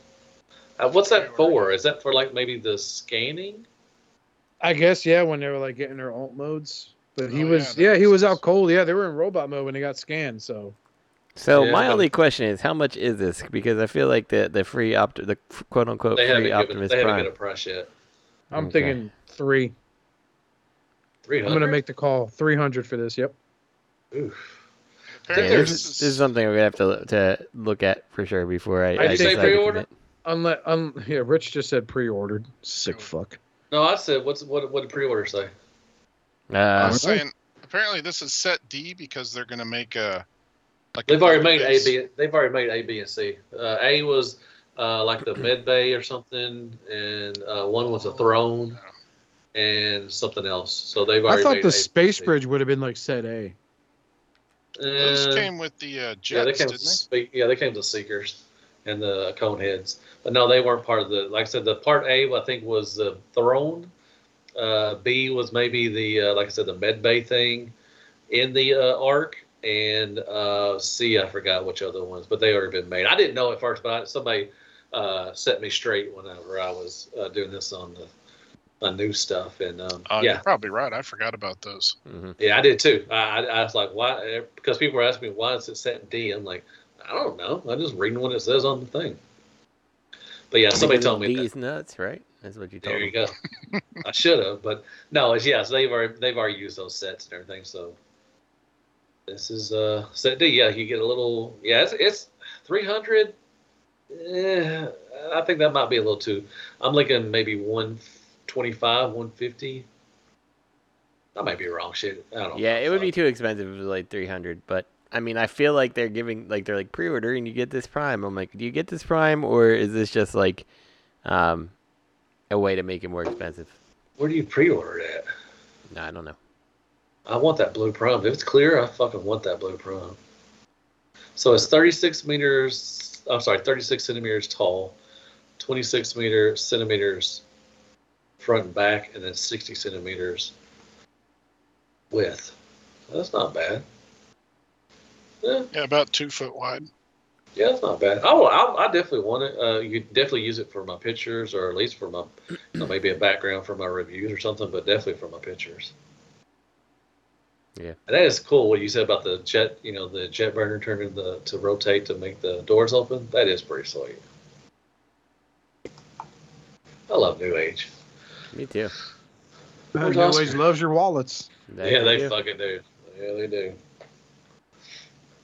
Uh, what's that for? Is that for like maybe the scanning? I guess yeah, when they were like getting their alt modes. But he Oh, was yeah, yeah, that he makes was sense. out cold. Yeah, they were in robot mode when they got scanned. So So Yeah, my but- only question is, how much is this? Because I feel like the the free opt the quote unquote They haven't free given Optimus they haven't Prime. given a price yet. I'm Okay. thinking three. Three I'm gonna hundred. make the call. Three hundred for this. Yep. Yeah, Apparently, this, this is, this is something we're gonna have to to look at for sure before I. Did I you say decide to pre-order? commit. Unless un, yeah, Rich just said pre-ordered. Sick fuck. No, I said what's what what did pre-order say? I Uh, was saying, apparently this is set D because they're gonna make a. Like They've already made A base. B. They've already made A B and C. Uh, a was uh, like the med bay or something, and uh, one was a throne, and something else. So they've already. I thought made the A, B, space C. bridge would have been like set A. Those Uh, came with the uh, jets, Yeah, they came. didn't With, they? spe- yeah, they came with the Seekers and the Coneheads, but no, they weren't part of the. Like I said, the part A I think was the Throne. Uh, B was maybe the uh, like I said the Med Bay thing in the uh, arc, and uh, C I forgot which other ones, but they already been made. I didn't know at first, but I, somebody uh, set me straight whenever I was uh, doing this on the on new stuff, and um, Uh, yeah, You're probably right. I forgot about those. mhm. yeah, I did too. I, I, I was like, why? Because people were asking me why is it set in D. I'm like, I don't know. I'm just reading what it says on the thing. But yeah, somebody because told of me that. these nuts, right? That's what you told There you me. go. I should have, but no, it's yes. They've already they've already used those sets and everything. So this is uh set D. Yeah, you get a little. Yeah, it's, it's 300. Eh, I think that might be a little too. I'm looking maybe 125, 150. I might be wrong. Shit, I don't. Yeah, know. it would Fuck. be too expensive if it was like three hundred. But I mean, I feel like they're giving like they're like pre-order and you get this Prime. I'm like, do you get this Prime or is this just like, um, a way to make it more expensive? Where do you pre-order it at? No, I don't know. I want that blue prime. If it's clear, I fucking want that blue prime. So it's 36 meters. I'm sorry, 36 centimeters tall, 26 meter centimeters front and back, and then 60 centimeters width. That's not bad. Yeah, Yeah, about two foot wide. yeah, that's not bad. I, will- I, I definitely want it. Uh, you definitely use it for my pictures, or at least for my, you know, maybe a background for my reviews or something, but definitely for my pictures. Yeah. and that is cool. What you said about the jet, you know, the jet burner turning the to rotate to make the doors open. That is pretty sweet. I love New Age. Me too. Uh, Where's you always Oscar? loves your wallets. That yeah, I they do. fucking do. Yeah, they do.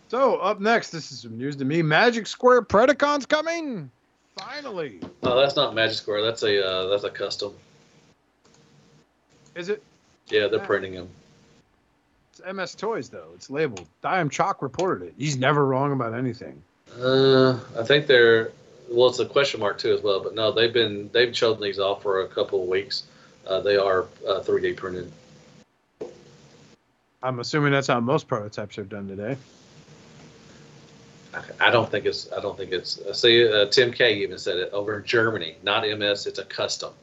So up next, this is some news to me. Magic Square Predacons coming. Finally, Oh, that's not Magic Square. That's a uh, that's a custom. is it? Yeah, they're Yeah. printing them. It's MS Toys though. It's labeled. Diam Chalk reported it. He's never wrong about anything. Uh, I think they're well. It's a question mark too as well. But no, they've been they've chosen these off for a couple of weeks. Uh, they are uh, 3D printed. I'm assuming that's how most prototypes are done today. I don't think it's. I don't think it's. uh, See, uh, Tim K even said it over in Germany. Not MS. It's a custom.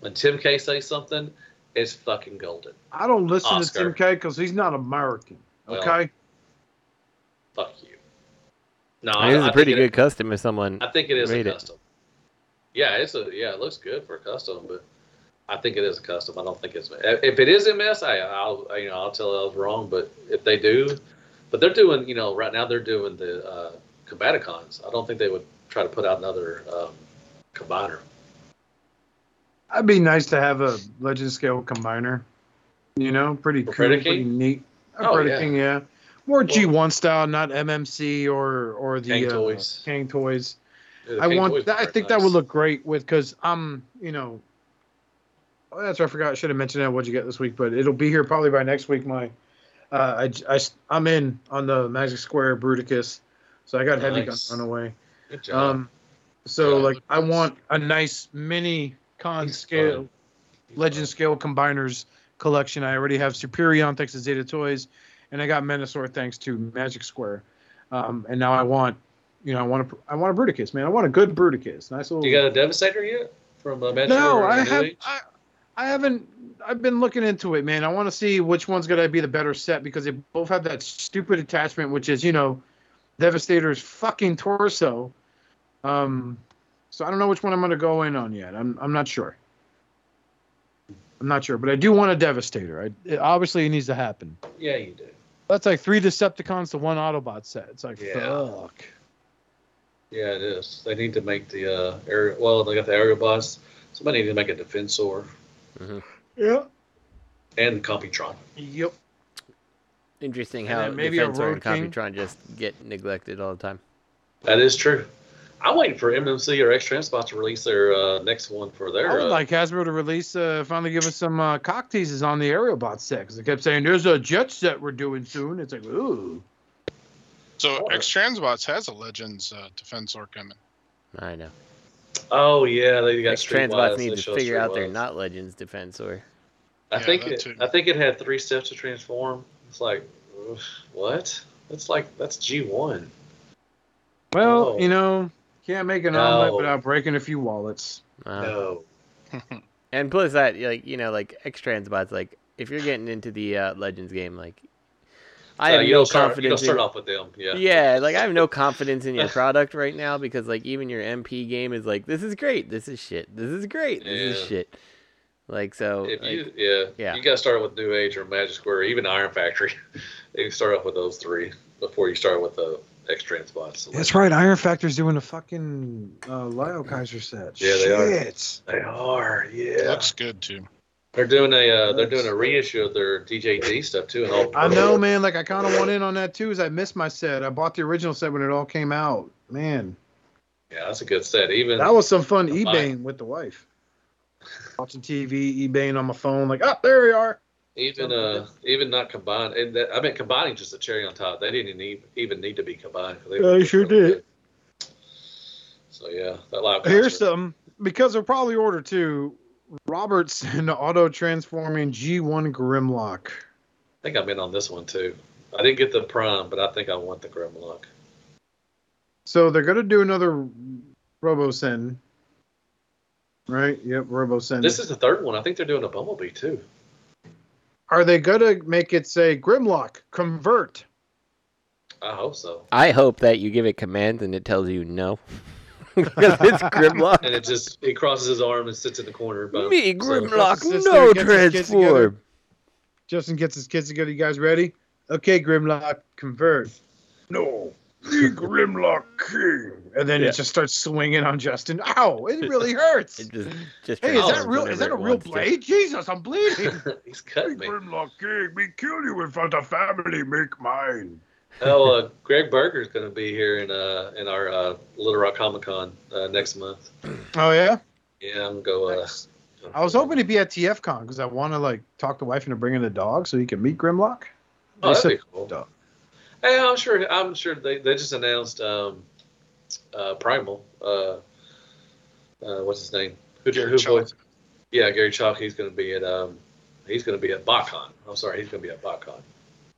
When Tim K says something, it's fucking golden. I don't listen Oscar. to Tim K because he's not American. Well, Okay. Fuck you. No, I mean, it's a think pretty it- good custom if someone. I think it is Rate a it. custom. Yeah, it's a. Yeah, it looks good for a custom, but I think it is a custom. I don't think it's. If it is MS, I, I'll. You know, I'll tell I was wrong. But if they do, but they're doing. You know, right now they're doing the uh, Combaticons. I don't think they would try to put out another um, combiner. It'd be nice to have a legend scale combiner. You know, pretty For cool, Predaking? pretty neat. A Oh, Predaking, yeah. More G1 style, not MMC or or the Kang uh, Toys. Kang toys. Yeah, the I King want. Toys That, I are think nice. that would look great with because I'm, you know. Oh, that's what I forgot. I should have mentioned that. What'd you get this week? But it'll be here probably by next week. My, uh, I, I am in on the Magic Square Bruticus, so I got heavy Nice. gun on the way. Good job. Um, so Yeah, like I that's- want a nice mini con He's scale fine. He's legend fine. scale combiners collection. I already have Superion thanks to Zeta Toys, and I got Menasor thanks to Magic Square. Um, and now I want, you know, I want a, I want a Bruticus, man. I want a good Bruticus. Nice little. You got a Devastator yet? From uh, Magic no, Order I and New have. Age? I, I I haven't. I've been looking into it, man. I want to see which one's gonna be the better set because they both have that stupid attachment, which is you know, Devastator's fucking torso. Um, so I don't know which one I'm gonna go in on yet. I'm I'm not sure. I'm not sure, but I do want a Devastator. I it, obviously it needs to happen. Yeah, you do. That's like three Decepticons to one Autobot set. It's like Yeah. fuck. Yeah, it is. They need to make the uh, aerial. Well, they got the aerial bots. Somebody need to make a defensor Yeah. and Computron. Yep. Interesting And how then maybe a Defensor and Road King? Computron just get neglected all the time. That is true. I'm waiting for MMC or X Transpot to release their uh, next one for their. I would uh, like Hasbro to release, uh, finally give us some uh, cock teases on the aerial bot set because they kept saying there's a jet set we're doing soon. It's like, ooh, So Oh. X Transbots has a Legends uh, Defensor coming. I know. oh yeah, they got Like, Streetwise. Transbots They need to showed figure out they're Streetwise. not Legends Defensor. I Yeah, think that it, too. I think it had three steps to transform. It's like, ugh, what? That's like that's G one. well, Oh. you know, can't make an No. omelet without breaking a few wallets. Uh, No. And plus that, like you know, like X Transbots, like if you're getting into the uh, Legends game, like I Uh, have you no don't start, You don't confidence. start in, off with them. Yeah. yeah, like I have no confidence in your product right now because like even your MP game is like this is great, this is shit, this is great, this is Yeah. shit. Like so, If like, you yeah, yeah. you got to start with New Age or Magic Square, even Iron Factory. you start off with those three before you start with the X Transbots. That's right. Iron Factor's doing a fucking uh, Lyle Kaiser set. Yeah, they are. Shit. They are. It Yeah. Looks good too. They're doing a uh, they're Looks- doing a reissue of their DJD stuff too. And all I know, man. Like I kind of want in on that too, as I missed my set. I bought the original set when it all came out. Man, Yeah, that's a good set. Even that was some fun Bye. eBaying with the wife. Watching TV, eBaying on my phone. Like, oh, there we are. even uh even not combined. And that, I mean, combining just a cherry on top. They didn't even even need to be combined. 'cause Yeah, they sure did. So yeah, that live. Here's concert. some because they'll probably order two. Robertson auto transforming G1 Grimlock. I think I'm in on this one too. I didn't get the prime, but I think I want the Grimlock. So they're gonna do another RoboSen, right? Yep, RoboSen. This is the third one. I think they're doing a Bumblebee too. Are they gonna make it say Grimlock convert? I hope so. I hope that you give it commands and it tells you no because it's Grimlock. And it just it crosses his arm and sits in the corner. by Me himself. Grimlock, sister no gets her kids together. transform. Justin gets his kids together. You guys ready? Okay, Grimlock convert. No, the Grimlock King. And then Yeah. it just starts swinging on Justin. Ow! It really hurts. It just, just hey, is that transforms real? Is that whenever a it real wants to. blade? Jesus, I'm bleeding. He's cut me. Grimlock King, we kill you in front of family, make mine. Oh, uh, Greg Berger's going to be here in uh in our uh, Little Rock Comic Con uh, next month. Oh yeah, Yeah, I'm gonna go. Uh, I was hoping to be at TFCon because I want to like talk the wife into bringing the dog so he can meet Grimlock. They Oh, that'd said- be cool. Hey, I'm sure. I'm sure they, they just announced um, uh, Primal. Uh, uh, what's his name? Who, Gary who Chalk. voiced- Yeah, Gary Chalk. He's going to be at um, he's going to be at BotCon. I'm sorry, he's going to be at BotCon.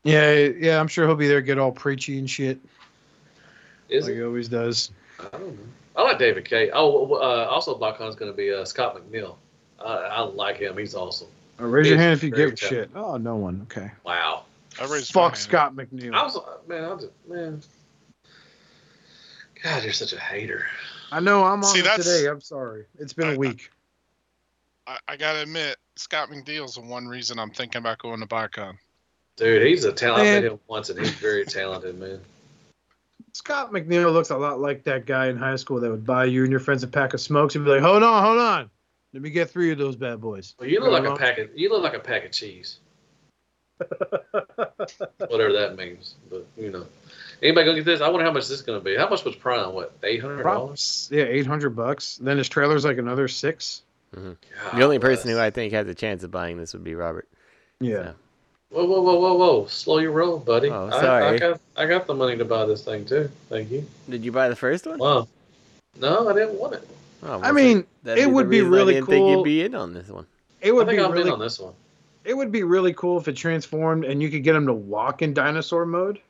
Yeah, yeah, I'm sure he'll be there, get all preachy and shit, Is like he it? always does. I don't know. I like David K. Oh, w- uh, also BotCon's going to be uh, Scott McNeil. I, I like him. He's awesome. Uh, raise your Dude, hand if you very give a tough. shit. Oh, no one. Okay. Wow. I raised my Fuck hand. Scott McNeil. I was uh, man. I was, man. God, you're such a hater. I know I'm on See, it that's- today. I'm sorry. It's been I- a week. I, I gotta admit, Scott McDeal's the one reason I'm thinking about going to BotCon. Dude, he's a talent. I Man. met him once, and he's very talented, man. Scott McNeil looks a lot like that guy in high school that would buy you and your friends a pack of smokes and be like, "Hold on, hold on, let me get three of those bad boys." Well, you look like a pack of you look like a pack of cheese. Whatever that means, but you know, anybody gonna get this? I wonder how much this is gonna be. How much was Prime? What eight hundred dollars? Props. Yeah, eight hundred bucks. Then his trailer's like another six. The only person who I think has a chance of buying this would be Robert. Yeah. Whoa, whoa, whoa, whoa, whoa! Slow your roll, buddy. Oh, I, I sorry. got I got the money to buy this thing too. Thank you. Did you buy the first one? Wow. No, I didn't want it. Oh, I well, mean, that'd it the would be reason really I didn't think cool. you'd be in on this one. it I would be think I'm in really. on this one. It would be really cool if it transformed and you could get him to walk in dinosaur mode.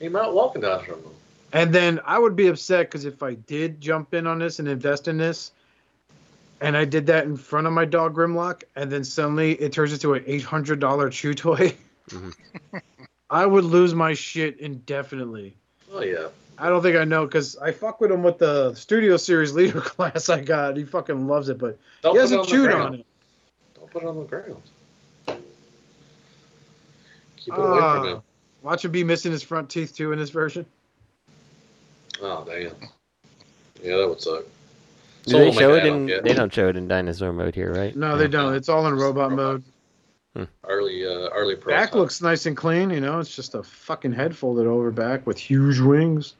He might walk and die from them. And then I would be upset because if I did jump in on this and invest in this, and I did that in front of my dog Grimlock, and then suddenly it turns into an eight hundred dollar chew toy. Mhm. I would lose my shit indefinitely. Oh yeah. I don't think I know because I fuck with him with the Studio Series leader class I got. He fucking loves it, but Don't he put it hasn't on the chewed ground. on it. Don't put it on the ground. Keep it away from Ah, him. watch him be missing his front teeth too in this version. Oh damn. Yeah, that would suck. Do Someone they will show make an it in? add-on, yeah. They don't show it in dinosaur mode here, right? No, they don't. It's all in robot mode. Early, uh, early pro. Back looks nice and clean. You know, it's just a fucking head folded over back with huge wings.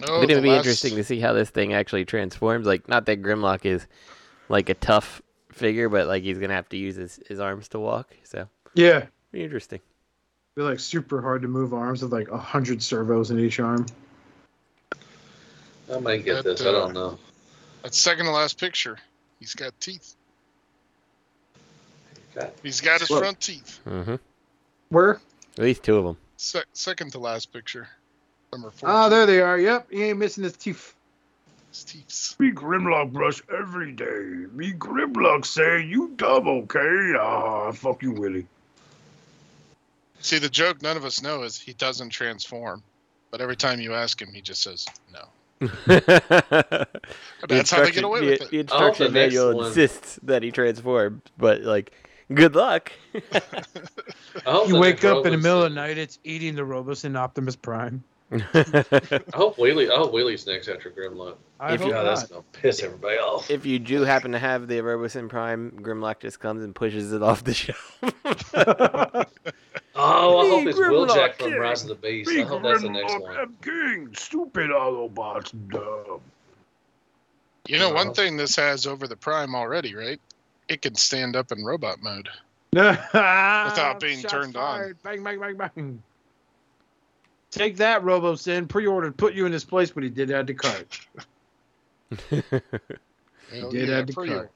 No, but it Oh, the would be last- interesting to see how this thing actually transforms. Like, not that Grimlock is like a tough figure, but like he's gonna have to use his, his arms to walk. So, Yeah, be interesting. they're like super hard to move arms with like a hundred servos in each arm. I might get That, this. I uh, don't know. That second to last picture. He's got teeth. God. He's got his Well- front teeth. hmm Where? At least two of them. Se- second to last picture. Number four. Ah, there they are. Yep, he ain't missing his teeth. His teeth. Me Grimlock brush every day. Me Grimlock say you dumb, okay? Ah, fuck you, Willie. See, the joke none of us know is he doesn't transform. But every time you ask him, he just says no. The That's how they get instruction- away the, with The it. instruction next manual one- insists that he transforms, but like, good luck. I hope You the wake up in the Necrobus- middle of the night, it's eating the Robus and Optimus Prime. I hope Wheelie. I hope Wheelie's next after Grimlock. I If hope you- God, that's not. gonna piss everybody off. if you do happen to have the Robosin Prime, Grimlock just comes and pushes it off the shelf. Oh, I hope Me, it's Wheeljack Grimlock, from yeah. Rise of the Beast. Me I hope that's the next Grimlock one. am king. Stupid Autobots, dumb. You know, Uh-huh. one thing this has over the Prime already, right? It can stand up in robot mode. Without being turned on. on. Bang, bang, bang, bang. Take that, RoboSin. Pre-ordered. Put you in his place, but he did add to cart. Hell did yeah, add the for cut. you.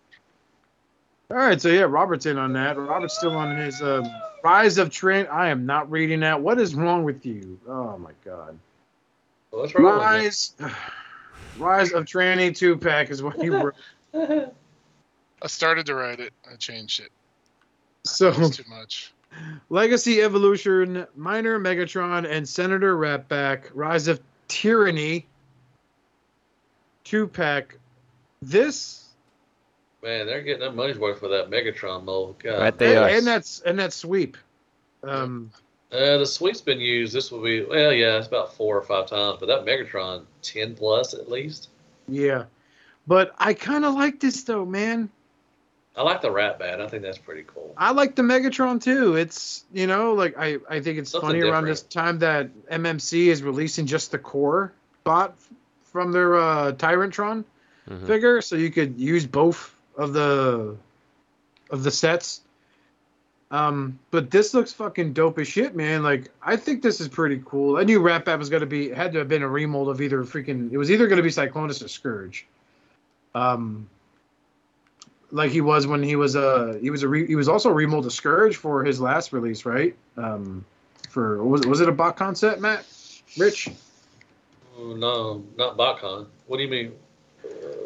All right, so yeah, Robert's in on that. Robert's still on his um, Rise of Trent. I am not reading that. What is wrong with you? Oh my God. What's wrong with Rise, Rise of Tranny two pack is what he wrote. Where I started to write it. I changed it. So It was too much. Legacy Evolution, Minor Megatron, and Senator Ratback, Rise of Tyranny, two pack. This Man, they're getting their money's worth for that Megatron mold. God. Right there. and, They are. and that's and that sweep. Um, Uh, the sweep's been used. This will be well, yeah, it's about four or five times, but that Megatron ten plus at least. yeah, but I kind of like this though, man. I like the Rat Bat. I think that's pretty cool. I like the Megatron too. It's you know like I I think it's Something funny around different. this time that MMC is releasing just the core bot f- from their uh, Tyrantron Mm-hmm. Mhm. figure, so you could use both of the of the sets. Um, but this looks fucking dope as shit, man. Like I think this is pretty cool. I knew Rat Bat was gonna be had to have been a remold of either freaking it was either gonna be Cyclonus or Scourge. Um like he was when he was uh he was a re- he was also a remold of Scourge for his last release, right? Um for was was it a bot concept, Matt? Rich? Oh, no, not Botcon. What do you mean?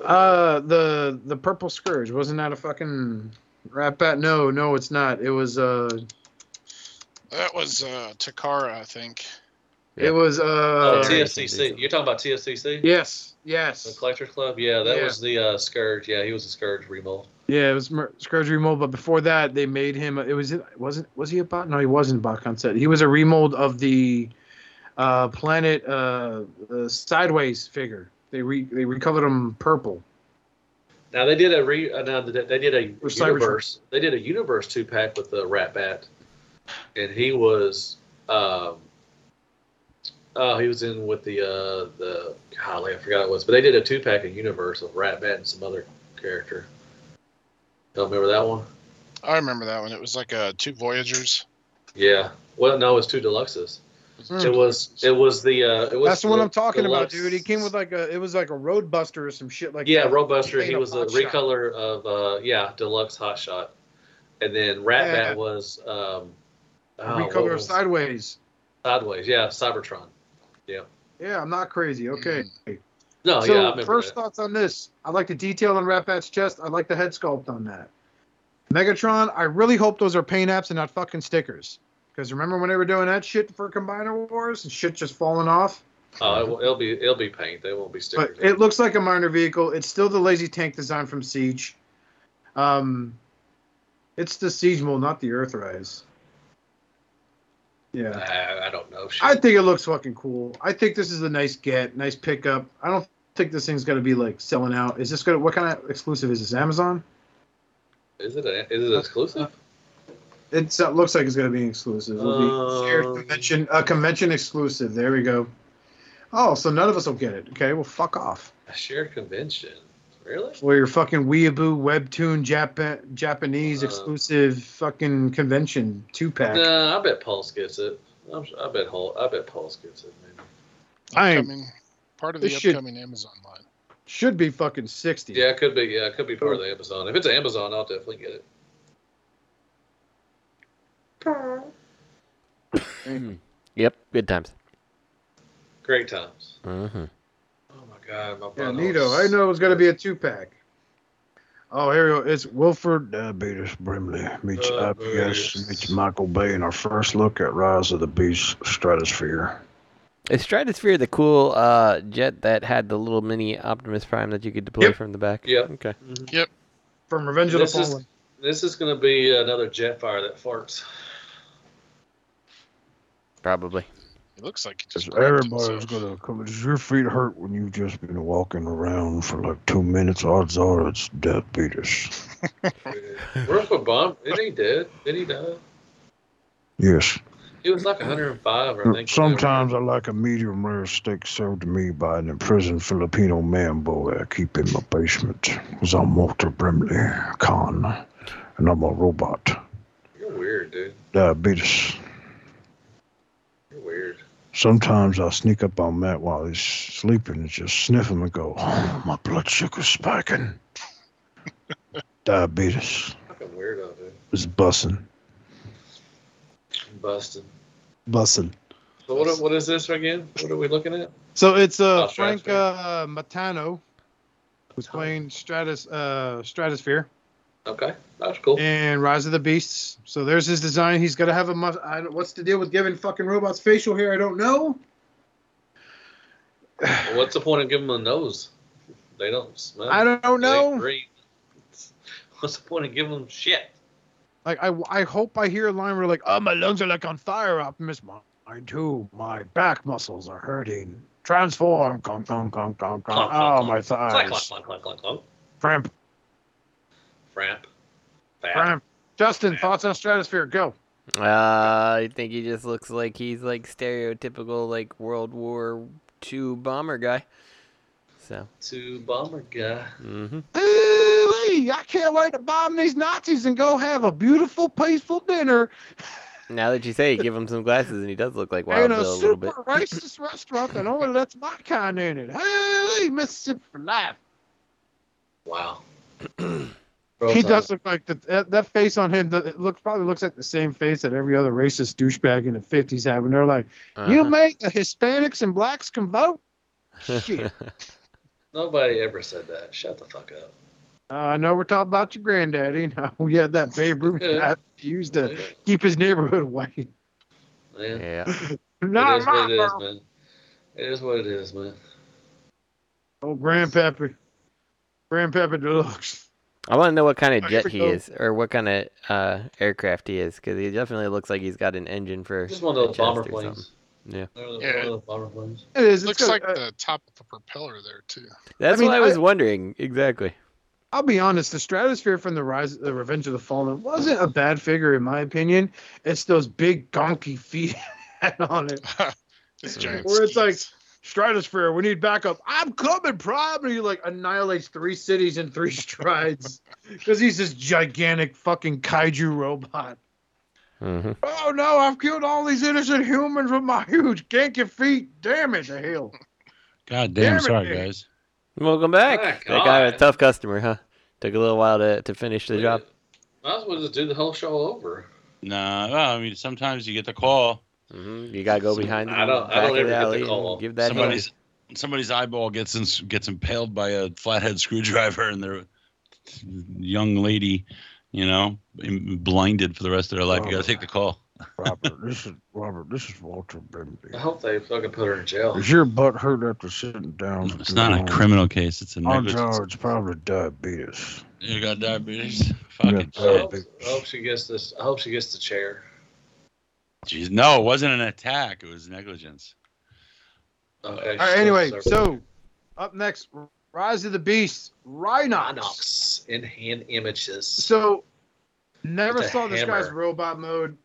Uh, the the purple scourge wasn't that a fucking rat bat? No, no, it's not. It was uh, That was uh, Takara, I think. Yeah. it was uh, Oh, yeah. TSCC. You're talking about TSCC? yes, The yes, Collectors Club? Yeah, that Yeah. was the uh, Scourge. Yeah, he was a Scourge remold. yeah, it was Mer- scourge remold. But before that, they made him. It was it wasn't was he a bot? No, he wasn't a bot concept. He was a remold of the uh planet uh, uh sideways figure. They re they recolored him purple. Now they did a re. Uh, no, they they did a For Cybertron. universe. They did a universe two pack with the Rat Bat, and he was. Um, oh, he was in with the uh, the golly, I forgot it was, but they did a two pack of universe of Rat Bat and some other character. Don't remember that one. I remember that one. It was like uh, two Voyagers. Yeah. Well, no, it was two deluxes. Hmm. It was. It was the. Uh, it was That's the one I'm talking about, deluxe- dude. He came with like a it was like a roadbuster or some shit like yeah, that. Roadbuster. He Hot was a Shot. recolor of uh yeah, deluxe hot shot. And then Rat Yeah. Bat was um oh, what recolor of was- sideways. sideways, yeah, Cybertron. Mm. Yeah, I'm not crazy. Okay. No, so Oh, yeah, I remember first that. thoughts on this. I like the detail on Ratbat's chest. I like the head sculpt on that. Megatron, I really hope those are paint apps and not fucking stickers. Because remember when they were doing that shit for Combiner Wars and shit just falling off? Oh, it will, it'll be it'll be paint. They won't be But stickers. it looks like a minor vehicle. It's still the lazy tank design from Siege. Um, it's the Siege mole, not the Earthrise. Yeah. I, I don't know. Shit. I think it looks fucking cool. I think this is a nice get, nice pickup. I don't think this thing's gonna be like selling out. Is this gonna? What kind of exclusive is this? Amazon? is it a, Uh, is it exclusive? It's, it uh, looks like it's gonna be an exclusive. It'll be shared Um, convention, a convention exclusive. There we go. Oh, so none of us will get it. Okay, well, fuck off. A shared convention. Really? For your fucking weeaboo webtoon Jap- Japanese Uh, exclusive fucking convention two pack. Nah, I bet Pulse gets it. I'm, si bet Hol- I bet Pulse gets it. Maybe. I ain't- Upcoming, part of the This shit- upcoming Amazon line. Should be fucking sixty. Yeah, it could be. Yeah, it could be part of the Amazon. If it's Amazon, I'll definitely get it. Yep, good times. Great times. hmm Oh my God, my Yeah, brother Nito. I was- know it was gonna be a two pack. Oh, here we go. It's Wilford Diabetes Brimley meets Diabetes. IPS meets Michael Bay in our first look at Rise of the Beast Stratosphere. Is Stratosphere the cool uh, jet that had the little mini Optimus Prime that you could deploy Yep. from the back? Yep. Okay. From Revenge of This the is- Fallen. This is going to be another Jetfire that farts. Probably. It looks like it Because just grabbed everybody's itself. gonna come. Does your feet hurt when you've just been walking around for like two minutes? Odds are it's diabetes. Where's my bump? Isn't he dead? Did he die? Yes. He was like 105, I think. Sometimes I like a medium rare steak served to me by an imprisoned Filipino man boy I keep in my basement. Because I'm Walter Brimley, con, and I'm a robot. You're weird, dude. Diabetes. You're weird. Sometimes I'll sneak up on Matt while he's sleeping and just sniff him and go, oh, my blood sugar's spiking. Diabetes Fucking weirdo, dude. is bussing. Busted. Bussing. So what, what is this again? What are we looking at? So it's uh, Oh, Frank Stratosphere. uh, Matano, who's playing Stratus uh, Stratosphere Okay, that's cool. and Rise of the Beasts. So there's his design. He's gonna have a must. I don't, what's the deal with giving fucking robots facial hair? I don't know. Well, what's the point of giving them a nose? They don't smell. I don't They don't know. breathe. What's the point of giving them shit? Like I, I hope I hear a line where like, Oh, my lungs are like on fire, Optimus. Mine too. My back muscles are hurting. Transform. Conk, conk, conk, conk, conk. Clunk, clunk, Oh, clunk. my Clunk, clunk, thighs. clunk, clunk, clunk, clunk. Cramp, oh, Framp. Fap. "Bram, Justin, thoughts on Stratosphere? Go. Uh, I think he just looks like he's like stereotypical like World War II bomber guy. So, To bomber guy. hmm Ooh-wee, I can't wait to bomb these Nazis and go have a beautiful, peaceful dinner now that you say, it, give him some glasses, and he does look like Wild in Bill a a little bit. super racist restaurant that only lets my kind in it. Hey, Mississippi for life. Wow. He does look like the, that, that face on him. That it looks probably looks like the same face that every other racist douchebag in the fifties had when they're like, "You Uh-huh. make the Hispanics and blacks can vote." Shit. Nobody ever said that. Shut the fuck up. Uh, I know we're talking about your granddaddy. Now we had that Babe Ruth Yeah. guy he used to Yeah. keep his neighborhood white. Yeah. yeah. It Not is what my it is, fault. man. It is what it is, man. old Oh, grandpappy. Grandpappy deluxe. I want to know what kind of Alright, jet here we he go. is, or what kind of uh, aircraft he is, because he definitely looks like he's got an engine for Just one of a those chest bomber or something. planes. Yeah. They're the- Yeah. One of those bomber planes. It is. It's Looks gonna- like uh, the top of a propeller there too. That's mean, what I I- was wondering exactly. I'll be honest, the Stratosphere from the Rise, the Revenge of the Fallen wasn't a bad figure in my opinion. It's those big gonky feet had on it. This giant Where it's like- skis. Stratosphere, we need backup. I'm coming, Prime. And he like annihilates three cities in three strides because he's this gigantic fucking kaiju robot. hmm Oh no, I've killed all these innocent humans with my huge ganky feet. Damn it, the hell. God damn, Damn it, sorry Dave. guys. Welcome back. My that guy was a God. tough customer, huh? Took a little while to, to finish the Wait, job. Might as well just do the whole show over. Nah, well, I mean sometimes you get the call. hmm You gotta go behind. I the don't- I back don't of ever get the alley and call. Give that. hand. somebody's somebody's eyeball gets in, gets impaled by a flathead screwdriver, and they're young lady, you know, im- blinded for the rest of their life. You got to take the call. Robert, this is Robert. This is Walter I Brimley. hope they fucking put her in jail. Is your butt hurt after sitting down? No, for it's too not long? a criminal case. It's a Odds negligence. are it's probably diabetes. You got diabetes. Fucking I Yeah. shit. hope, I hope she gets this. I hope she gets the chair. Jeez, no, it wasn't an attack. It was negligence. Okay. All right, anyway, so up next, Rise of the Beast, Rhinox. Onyx in hand images. So, never With a saw this guy's hammer. robot mode.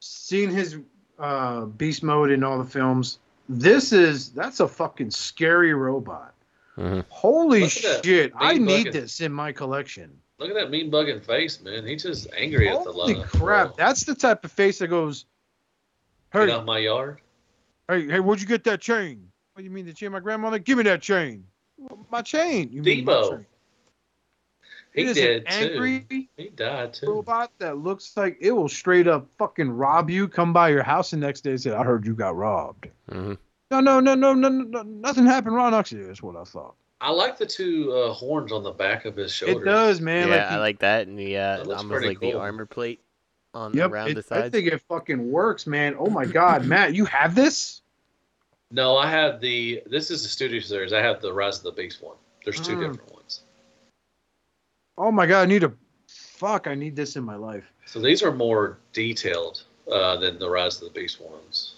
Seen his uh, beast mode in all the films. This is that's a fucking scary robot. Mhm. Holy Look at that shit! I big need bucket. this in my collection. Look at that mean bugging face, man. He's just angry at the Holy love. crap! That's the type of face that goes, Get "Hey, out my yard. hey, hey, where'd you get that chain? What do you mean the chain? My grandmother? Give me that chain. My chain. You mean my Debo. chain." He It is did an too. angry He died too. robot that looks like it will straight up fucking rob you. Come by your house the next day and say, "I heard you got robbed." Mhm. No, no, no, no, no, no, nothing happened. Ron Oxley is what I thought. I like the two uh, horns on the back of his shoulder. It does, man. yeah, like, I he- like that, and the uh, That looks almost pretty like the cool. armor plate on yep, around it- the I sides. think it fucking works, man. Oh my god, Matt, you have this? No, I have the. This is the Studio Series. I have the Rise of the Beast one. There's two Mm. different ones. Oh my god, I need a. Fuck, I need this in my life. So these are more detailed uh, than the Rise of the Beast ones.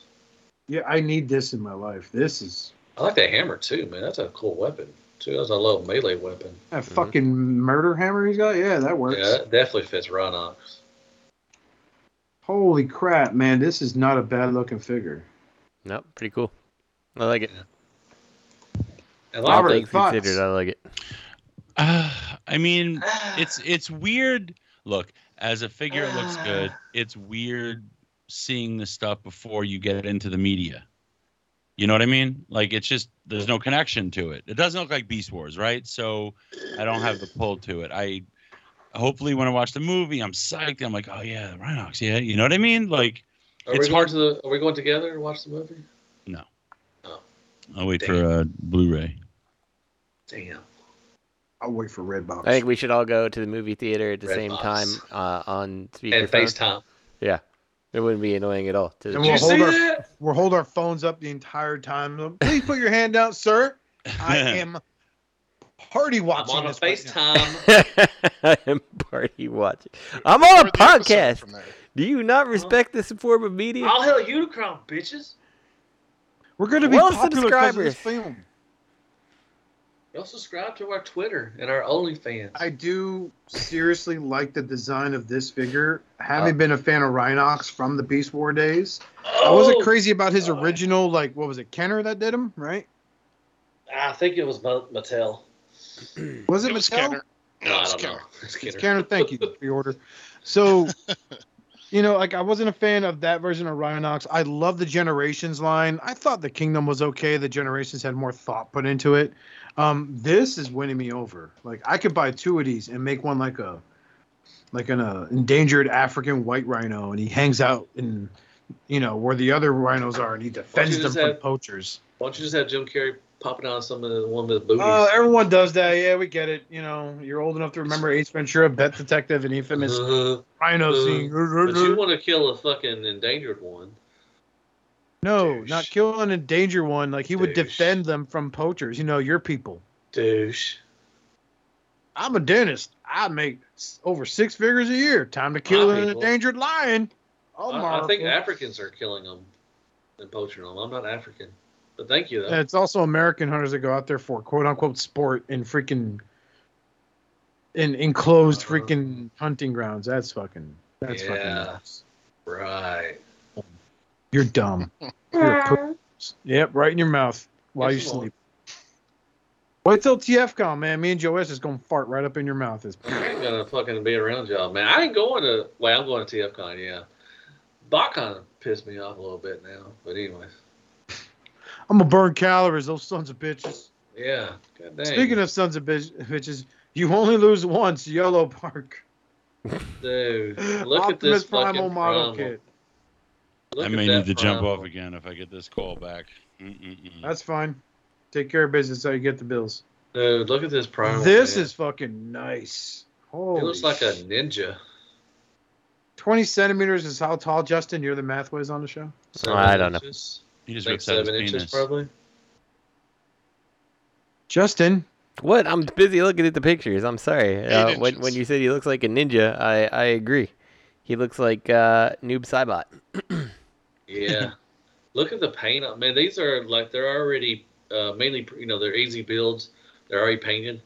Yeah, I need this in my life. This is I like that hammer too, man. That's a cool weapon too. That's a little melee weapon. a Mm-hmm. fucking murder hammer he's got. Yeah, that works. Yeah, that definitely fits Rhinox. Holy crap, man! This is not a bad looking figure. Nope, pretty cool. I like it. And All Robert, Robert, things thoughts? considered, I like it. Uh, I mean, it's it's weird. Look, as a figure, it looks good. It's weird seeing this stuff before you get into the media. You know what I mean? Like, it's just there's no connection to it. It doesn't look like Beast Wars, right? So I don't have the pull to it. I hopefully when I watch the movie, I'm psyched. I'm like, oh yeah, Rhinox, yeah. You know what I mean? Like, are it's we going hard- to the? Are we going together to watch the movie? I'll wait Damn. for uh, Blu-ray. Damn. I'll wait for Redbox. I think we should all go to the movie theater at the Red same box. time uh, on And speakerphone. FaceTime. It wouldn't be annoying at all. To the And Did you we'll children. see hold our- that? We'll hold our phones up the entire time. Please put your hand down, sir. I am party I'm watching on a this right now. FaceTime. I am party watching. I'm Oh, on a Record the episode podcast. from there. Do you not respect this form of media? I'll hail Unicron, bitches. We're going to be Well, popular 'cause of subscribers. this film. Y'all subscribe to our Twitter and our OnlyFans. I do seriously like the design of this figure. Having Uh, been a fan of Rhinox from the Beast War days, oh, I wasn't crazy about his God. original, like, what was it, Kenner that did him, right? I think it was Ma- Mattel. Was it, Hmm. It was Mattel? Kenner. No, No, I it's don't know. Kenner. It's It's Kenner. Kenner, thank you for your order. So, you know, like I wasn't a fan of that version of Rhinox. I love the Generations line. I thought the Kingdom was okay. The Generations had more thought put into it. Um, this is winning me over. Like I could buy two of these and make one like a, like an uh, endangered African white rhino, and he hangs out in, you know, where the other rhinos are, and he defends them just from have- poachers. Why don't you just have Jim Carrey popping on some of the one with the booties? Oh, everyone does that. Yeah, we get it. You know, you're old enough to remember Ace Ventura, Bet Detective, and Infamous Uh-huh. Rhino uh, scene. but you want to kill a fucking endangered one. No, Douche. not kill an endangered one. Like he would Douche. defend them from poachers. You know, your people. Douche. I'm a dentist. I make s- over six figures a year. Time to kill an people. endangered lion. Oh I, I my! think Africans are killing them and poaching them. I'm not African. But thank you, though. it's also American hunters that go out there for quote unquote sport in freaking in enclosed Uh, freaking hunting grounds. That's fucking. That's Yeah. fucking. nuts. Right. You're dumb. You're a poop. Yep, right in your mouth while you Yes, Lord. sleep. Wait till TF con, man. Me and Joe S is gonna fart right up in your mouth. It's I ain't gonna fucking be around y'all, man. I ain't going to. Wait, I'm going to TFCon, yeah. BotCon pissed me off a little bit now, but anyway. I'm gonna burn calories, those sons of bitches. Yeah. God dang. Speaking of sons of bitch, bitches, you only lose once, Yellow Park. dude, look at this fucking Primal model primal. kit. Look I at may that need to jump primal. off again if I get this call back. Mm-mm-mm. That's fine. Take care of business how you get the bills. Dude, look at this primal. this man. is fucking nice. He Holy looks like a sh- ninja. 20 centimeters is how tall, Justin, you're the math whiz on the show? Seven I don't know. inches. He just Like rips out his seven penis. inches, probably. Justin, What? I'm busy looking at the pictures. I'm sorry. Uh, when, when inches. you said he looks like a ninja, I, I agree. He looks like uh, Noob Saibot. Yeah. Look at the paint on man. These are like they're already uh, mainly you know they're easy builds. They're already painted.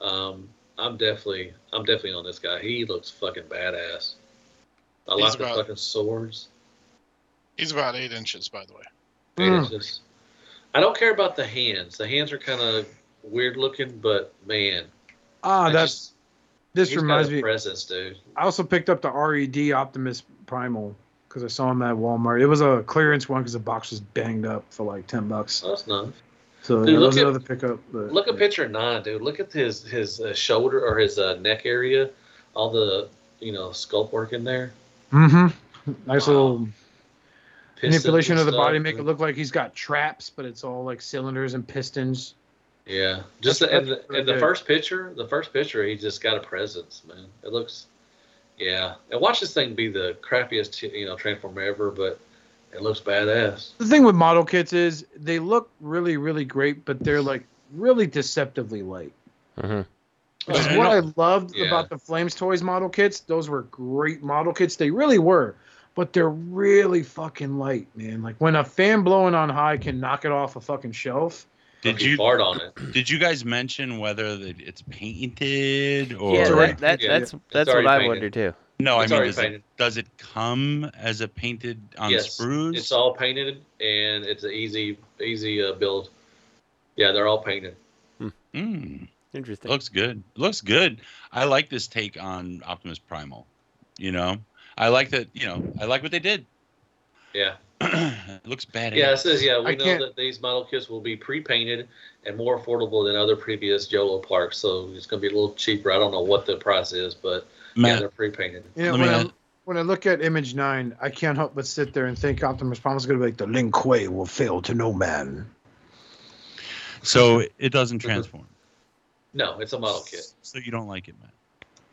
Um, I'm definitely I'm definitely on this guy. He looks fucking badass. I He's like the about- fucking swords. He's about eight inches, by the way. Man, Mm. it's just- I don't care about the hands. The hands are kind of weird looking, but man, ah, I that's just- this he's got reminds a me. presence, dude. I also picked up the RED Optimus Primal because I saw him at Walmart. It was a clearance one because the box was banged up for like 10 bucks. Oh, that's nice. So Dude, that was look at- another pickup. But, Look at picture nine, dude. Look at his his uh, shoulder or his uh, neck area, all the you know sculpt work in there. Mm-hmm. Nice Wow. little Pistons manipulation and of the stuff. body, make it look like he's got traps, but it's all like cylinders and pistons. Yeah, just That's- the, and, that's the, really and the good. first picture, the first picture, he just got a presence, man. It looks, yeah. And watch this thing be the crappiest you know transformer ever, but it looks badass. The thing with model kits is they look really, really great, but they're like really deceptively light. hmm Which is Oh, yeah. what I loved Yeah. about the Flames Toys model kits. Those were great model kits. They really were. But they're really fucking light, man. Like when a fan blowing on high can knock it off a fucking shelf. Did Fucking you fart on it? did you guys mention whether that it's painted or Yeah, already that, that, painted. that's, that's what already I painted. wonder too. no? I It's mean, already does it, painted. does it come as a painted on Yes, sprues? It's all painted and it's an easy easy uh, build. Yeah, they're all painted. Mm, Interesting. looks good. Looks good. I like this take on Optimus Primal. You know, I like that. You know, I like what they did. Yeah, it looks badass. yeah. It says yeah. We I know can't- that these model kits will be pre-painted and more affordable than other previous YOLO parks, so it's gonna be a little cheaper. I don't know what the price is, but yeah, Matt, they're pre-painted. You know, Let me when, I, ask- when I look at Image 9, I can't help but sit there and think Optimus Primal's going to be like the link. Lin Kuei will fail to no man. so it doesn't transform. No, it's a model kit. So you don't like it, Matt?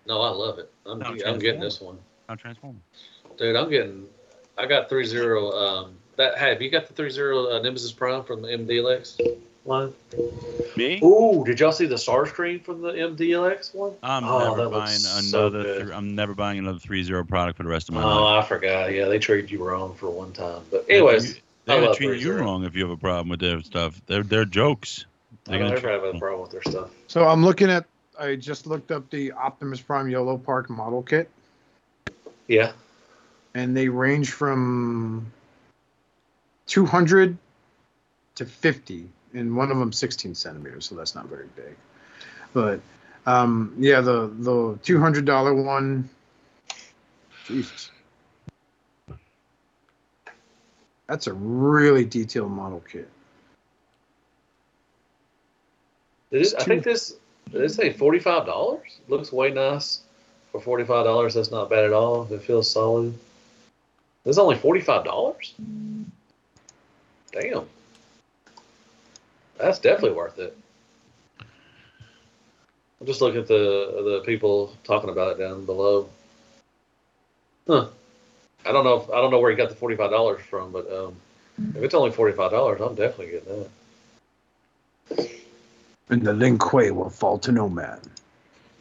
No, I love it. I'm, No, I'm getting transform. this one, Not transform. dude. I'm getting. I got three zero. Um, that hey, have you got the three zero uh, Nemesis Prime from the MDLX line? Me? Ooh, did y'all see the star screen from the MDLX one? I'm Oh, never that looks buying so another. good. thr- I'm never buying another three zero product for the rest of my life. Oh, I forgot. Yeah, they traded you wrong for one time. But anyways, You- they're I gonna love treat you 3-0. wrong if you have a problem with their stuff. They're they're jokes. I They're don't gonna ever treat- have a problem with their stuff. So I'm looking at, I just looked up the Optimus Prime Yellow Park model kit, Yeah, and they range from 200 to 50, and one of them 16 centimeters, so that's not very big. But um, yeah, the the $200 one, Jesus, that's a really detailed model kit. It is- It's I think this. Did it say forty five dollars? Looks way nice for forty five dollars. That's not bad at all. It feels solid. This is only forty five dollars. Damn, that's definitely worth it. I'm just looking at the the people talking about it down below. Huh. I don't know. If, I don't know where he got the forty five dollars from, but um, if it's only forty five dollars, I'm definitely getting that. And the Lin Kuei will fall to no man.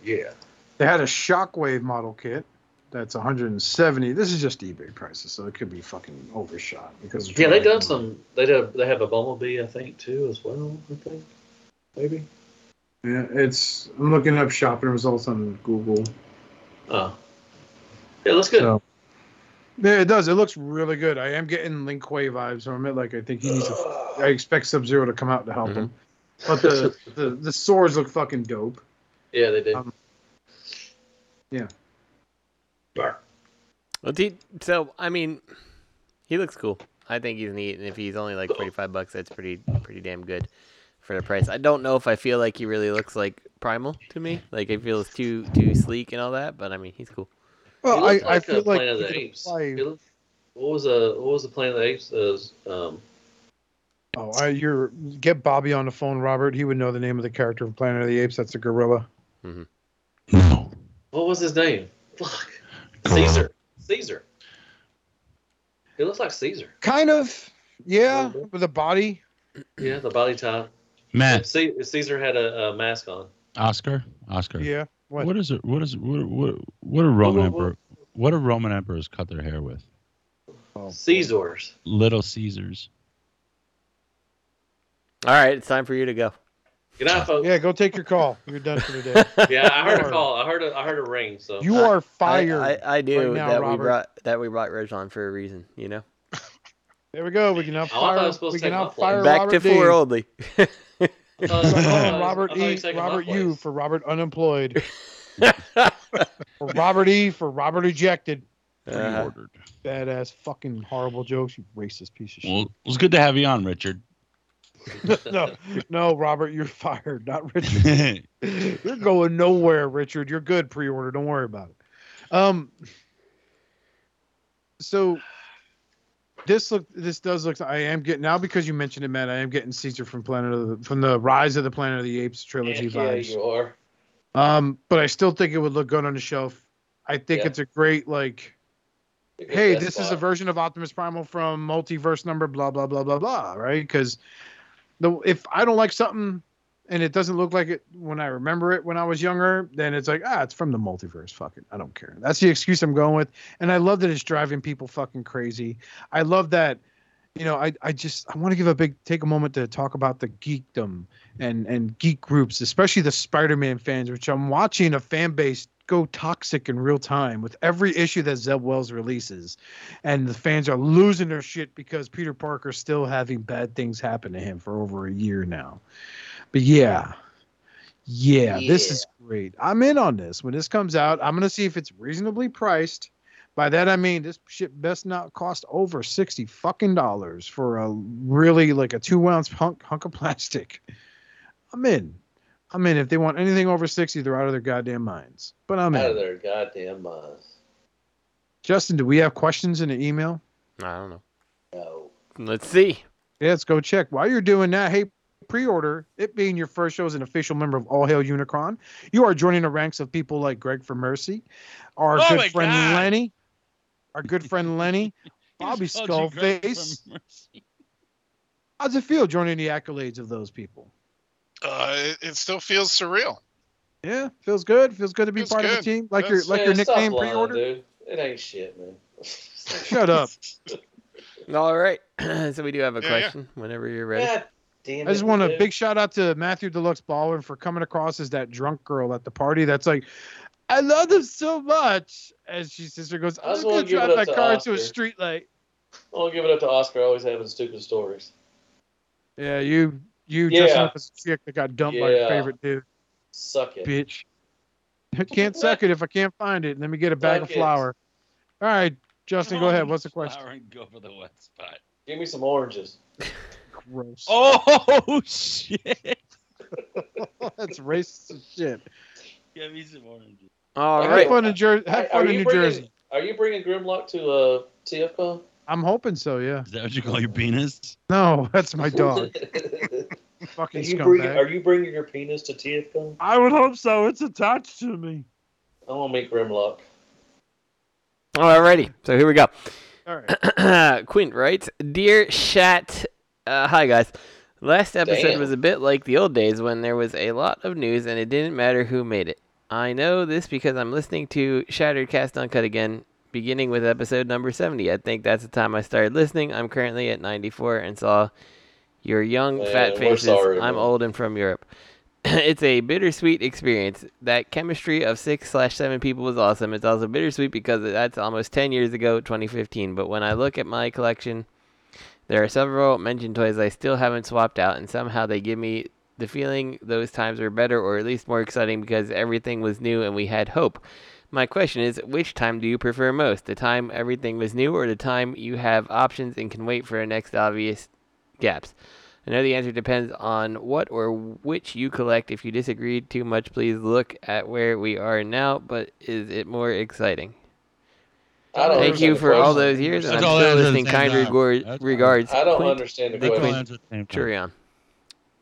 Yeah. They had a Shockwave model kit that's 170. This is just eBay prices, so it could be fucking overshot because Yeah, they done some. They did. They have a bumblebee, I think, too, as well. I think, maybe. Yeah, it's I'm looking up shopping results on Google. Oh, yeah, looks good. So- Yeah, it does. It looks really good. I am getting Link Way vibes from it. Like I think he needs. To, I expect Sub Zero to come out to help him. But the, the the swords look fucking dope. yeah, they did. Um, yeah. Bar. Well, do- so I mean, he looks cool. I think he's neat, and if he's only like forty-five bucks, that's pretty pretty damn good for the price. I don't know if I feel like he really looks like Primal to me. Like it feels too too sleek and all that, but I mean, he's cool. He Well, I, looked I like feel a like Planet he of the could Apes. apply- uh, He looked- What was a What was the Planet of the Apes? Uh, um, Oh, I, you're get Bobby on the phone, Robert. He would know the name of the character from Planet of the Apes. That's a gorilla. No. What was his name? Fuck. Caesar. Caesar. He looks like Caesar. Kind of, yeah, Little bit. with a body. Yeah, the body top. Matt, Ce- Caesar had a, a mask on. Oscar, Oscar. Yeah. What? What is it? What is what? What? What a Roman What- what- emperor? What do Roman emperors cut their hair with? Oh. Caesars. Little Caesars. All right, it's time for you to go. Good night, folks. Yeah, go take your call. You're done for the day. Yeah, I heard a call. I heard a, I heard a ring. So You I- are I, fired. I, I do right now, that we Robert. brought that we brought Rojan for a reason, you know. there we go. We can now thought I fire. was supposed We can to take now my plate. fire Back Robert to four oh. D. only. I thought- I thought- Call I him thought Robert he was E. taking my Robert U. place. for Robert unemployed. Uh-huh. Or Robert E. for Robert ejected. Uh, Pre-ordered. Badass fucking horrible jokes. You racist piece of shit. Well, it was good to have you on, Richard. no, no, Robert, you're fired. Not Richard. All You're going nowhere, Richard. You're good pre-order. Don't worry about it. Um. So this look, this does look. I am getting now because you mentioned it, Matt. I am getting Caesar from Planet of the, from the Rise of the Planet of the Apes trilogy Heck yeah, vibes. you are. Um, but I still think it would look good on the shelf. I think Yeah. it's a great like. You're good Hey, at that this is a spot. version of Optimus Primal from multiverse number blah blah blah blah blah. Right? Because the if I don't like something and it doesn't look like it when I remember it when I was younger, then it's like ah, it's from the multiverse. Fuck it, I don't care. That's the excuse I'm going with. And I love that it's driving people fucking crazy. I love that. You know, I, I just I want to give a big take a moment to talk about the geekdom and and geek groups, especially the Spider-Man fans, which I'm watching a fan base go toxic in real time with every issue that Zeb Wells releases, and the fans are losing their shit because Peter Parker's still having bad things happen to him for over a year now. But yeah. Yeah, this is great. I'm in on this. When this comes out, I'm gonna see if it's reasonably priced. By that I mean this shit best not cost over sixty fucking dollars for a really like a two ounce hunk hunk of plastic. I'm in. I'm in. If they want anything over 60, they're out of their goddamn minds. But I'm out of in. their goddamn minds. Justin, do we have questions in the email? I don't know. No. Let's see. Yeah, let's go check. While you're doing that, hey, pre-order, it being your first show as an official member of All Hail Unicron, you are joining the ranks of people like Greg for Mercy, our Oh my good friend God. Lenny, our good friend Lenny. Bobby Just called you Greg Skullface. from Mercy. How's it feel joining the accolades of those people? Uh, it, it still feels surreal. Yeah, feels good. Feels good to be Feels part of the good. team. Like That's- your like your Yeah, uh, stop nickname lying, pre-order. dude. It ain't shit, man. Shut up. All right. so we do have a Yeah, yeah. question whenever you're ready. God damn I just it, want a dude. big shout out to Matthew Deluxe Baldwin for coming across as that drunk girl at the party that's like, I love them so much. As she sister goes, I I'm just just gonna wanna give drive it my up to car into a Oscar. street light. I'll give it up to Oscar. Always having stupid stories. Yeah, you you dressing Yeah. up as a chick that got dumped by your Yeah. favorite dude, Suck it. bitch. I can't suck it if I can't find it. Let me get a bag of Suck it. flour. All right, Justin, go ahead. What's the question? Flower and Go for the wet spot. Give me some oranges. Gross. Oh shit! that's racist as shit. Give me some oranges. All All Have right. fun in, Jer- have Hey, fun in you New bringing, Jersey. Are you bringing Grimlock to uh, TFCon? I'm hoping so. Yeah. Is that what you call your penis? No, that's my dog. are, Fucking you scumbag. bringing, are you bringing your penis to TFCon? I would hope so. It's attached to me. I want to meet Grimlock. All righty. So here we go. All right. Quint writes, "Dear Shat, uh, hi guys. Last episode Damn. was a bit like the old days when there was a lot of news and it didn't matter who made it. I know this because I'm listening to Shattered Cast Uncut again, beginning with episode number 70. I think that's the time I started listening. I'm currently at 94 and saw your young Man, fat we're faces. sorry, I'm man. old and from Europe." it's a bittersweet experience. That chemistry of six slash seven people was awesome. It's also bittersweet because that's almost ten years ago, 2015. But when I look at my collection, there are several mentioned toys I still haven't swapped out, and somehow they give me the feeling those times were better or at least more exciting because everything was new and we had hope. My question is, which time do you prefer most? The time everything was new or the time you have options and can wait for the next obvious gaps? I know the answer depends on what or which you collect. If you disagree too much, please look at where we are now, but is it more exciting? I don't Thank you understand the for all question. those years, and I'm That's all still answers at listening. the Kind same time. regor- That's all. regards. I don't Clint understand the the question. Clint- Churion.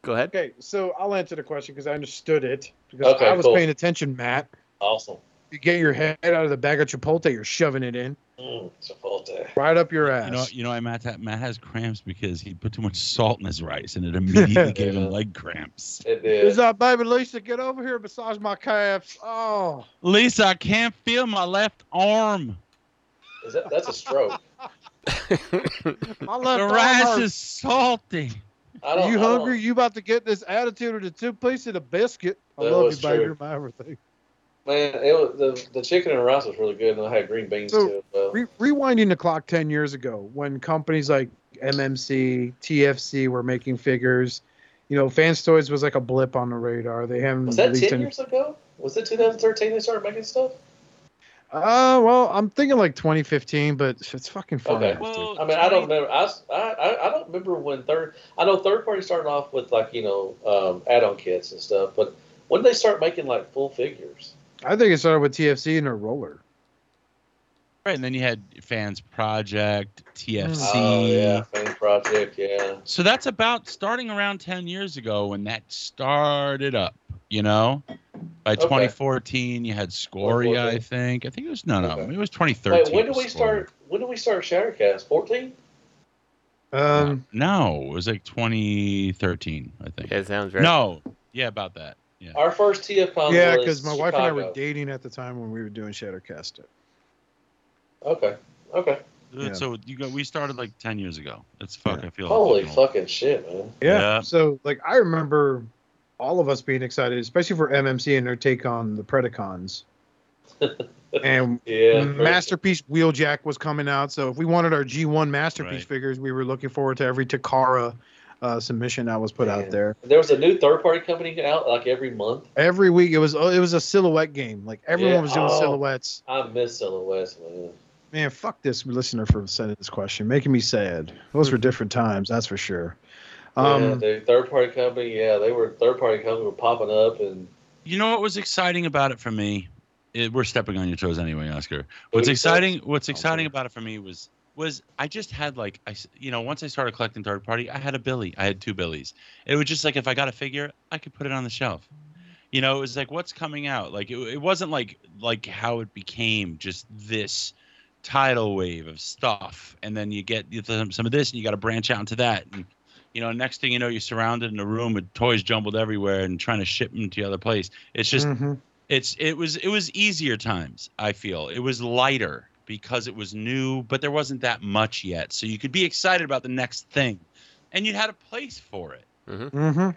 Go ahead. Okay, so I'll answer the question because I understood it because Okay, I was cool. paying attention, Matt. Awesome. You get your head out of the bag of Chipotle, you're shoving it in Mm, Chipotle. right up your ass. You know, you know, why Matt, ha- Matt has cramps because he put too much salt in his rice, and it immediately gave Yeah. him leg cramps. It Is did. that baby Lisa? Get over here, massage my calves. Oh, Lisa, I can't feel my left arm. Is that, that's a stroke. my left The arm rice hurts. is salty. I don't. You I don't- hungry? You about to get this attitude of the two piece of the biscuit? I That love you, was baby. true. You're my everything. Man, it was, the the chicken and rice was really good, and I had green beans So, too. Well, Re- rewinding the clock 10 years ago when companies like MMC, TFC were making figures, you know, Fans Toys was like a blip on the radar. They haven't was that released ten any- years ago? Was it 2013 they started making stuff? Uh, well, I'm thinking like 2015, but it's fucking far. Okay. out, dude. Well, I mean, I don't remember. I, s- I- I- I don't remember when third. I know third party started off with like you know um, add-on kits and stuff, but when did they start making like full figures? I think it started with TFC and their roller. Right, and then you had Fans Project, TFC. Oh yeah, Fan Project. Yeah, So that's about starting around 10 years ago when that started up, you know? By Okay. 2014, you had Scoria, I 2014. think. I think it was, no, no, Okay. maybe it was 2013. Wait, when did was we Scoria. start? When did we start Shattercast? 14? Um, no, it was like 2013, I think. That sounds right. No, yeah, about that. Yeah. Our first TFCon. yeah, was because my wife and I were Chicago. dating at the time when we were doing Shattercast. Okay. Okay. Yeah. So you got, we started like 10 years ago. That's fuck, I feel Holy old. fucking shit, man. Yeah. Yeah. So like I remember all of us being excited, especially for MMC and their take on the Predacons. and Yeah. Mm, Masterpiece Wheeljack was coming out, so if we wanted our G1 Masterpiece Right. figures, we were looking forward to every Takara uh, submission that was put out Yeah. there. There was a new third party company out like every month. Every week it was oh, it was a silhouette game. Like everyone Yeah. was doing Oh. silhouettes. I miss Silhouettes, man. Man, fuck this listener for sending this question, making me sad. Those were different times, that's for sure. Um, yeah, the third party company, yeah, they were third party company were popping up and You know what was exciting about it for me? It, we're stepping on your toes anyway, Oscar. What's Wait, exciting? What's sorry. exciting about it for me was was I just had like I s- you know once I started collecting third party, I had a Billy. I had two Billies. It was just like if I got a figure, I could put it on the shelf. You know, it was like what's coming out. Like it, it wasn't like like how it became just this tidal wave of stuff, and then you get some some of this, and you got to branch out into that, and you know, next thing you know, you're surrounded in a room with toys jumbled everywhere and trying to ship them to the other place. It's just mhm. it's it was it was easier times i feel it was lighter because it was new but there wasn't that much yet so you could be excited about the next thing and you had a place for it Mhm.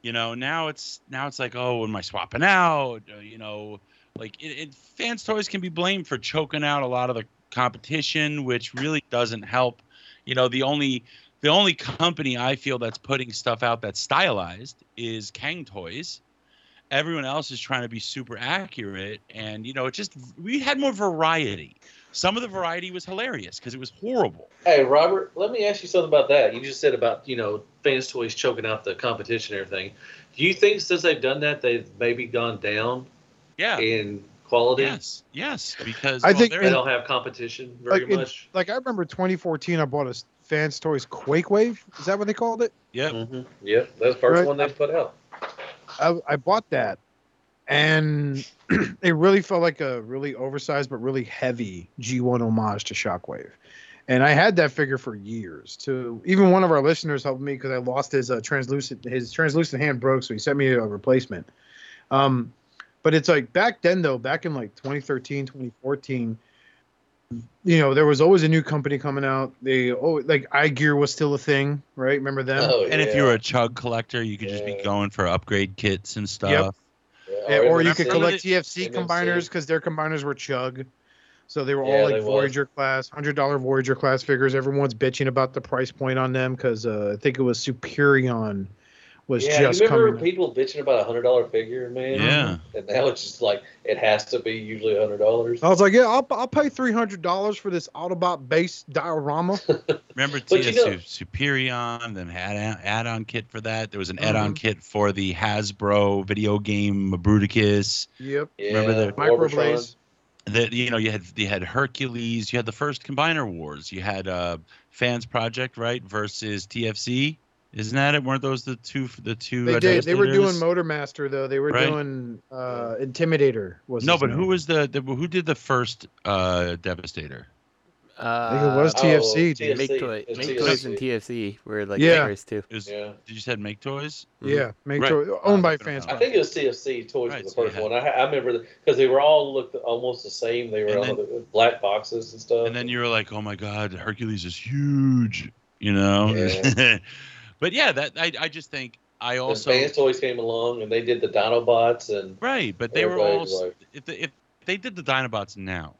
you know now it's now it's like oh am i swapping out Uh, you know like it, it fans toys can be blamed for choking out a lot of the competition which really doesn't help you know the only the only company i feel that's putting stuff out that's stylized is kang toys everyone else is trying to be super accurate and you know it just we had more variety some of the variety was hilarious because it was horrible Hey Robert, let me ask you something about that. You just said about, you know, fans toys choking out the competition and everything. Do you think since they've done that they've maybe gone down yeah in quality? yes yes because I well, think- there- They don't have competition very Like, in- much. Like I remember 2014, I bought a s- Fans Toys Quake Wave. Is that what they called it? yep. Mm-hmm. Yep, that's the first Right. one they put out. I, I bought that, and it really felt like a really oversized but really heavy G1 homage to Shockwave. And I had that figure for years. To even one of our listeners helped me because I lost his uh, translucent his translucent hand broke, so he sent me a replacement. Um, but it's like back then though, back in like 2013, 2014, you know, there was always a new company coming out. They oh like iGear was still a thing, right? Remember them? Oh, And if yeah. you were a chug collector, you could just be Yeah. going for upgrade kits and stuff. Yeah, eh, Yeah, or you MMC. could MMC. collect TFC MMC. combiners because their combiners were chug. So they were Yeah, all they like was. Voyager class, hundred dollar Voyager class figures. Everyone's bitching about the price point on them because uh, I think it was Superion was yeah, just you remember coming. out. people bitching about a hundred dollar figure, man? Yeah. And now it's just like it has to be usually a hundred dollars. Oh, I was like, yeah, I'll, I'll pay three hundred dollars for this Autobot base diorama. Remember But TS you know- Superion, then had an add-on kit for that. There was an Mm-hmm. Mhm. add-on kit for the Hasbro video game Bruticus. yep, Yeah. Remember the microblaze. that you know you had you had Hercules, you had the first Combiner Wars, you had uh, Fans Project right versus TFC. Isn't that it? Weren't those the two the two? They uh, did. They were doing Devastators? Motor Master though. They were Right. doing uh, Intimidator. Was No, his but who name. was the, the who did the first uh, Devastator? Uh, I think it Oh, was TFC, dude. Make, toy, It's TFC. make toys and TFC were like Yeah. the first two. Is Yeah. did you said Make Toys? Yeah, make Right. sure- owned by Motor fans. Master. I think it was TFC Toys Right, was the so you first had- one. I, I remember because they were all looked almost the same. They were And all then- the black boxes and stuff. And then you were like, oh my God, Hercules is huge, you know? Yeah. but yeah, that I, I just think I And also Fans Toys came along and they did the Dinobots and right, but they were Everybody all was s- like- if they, if they did the Dinobots now,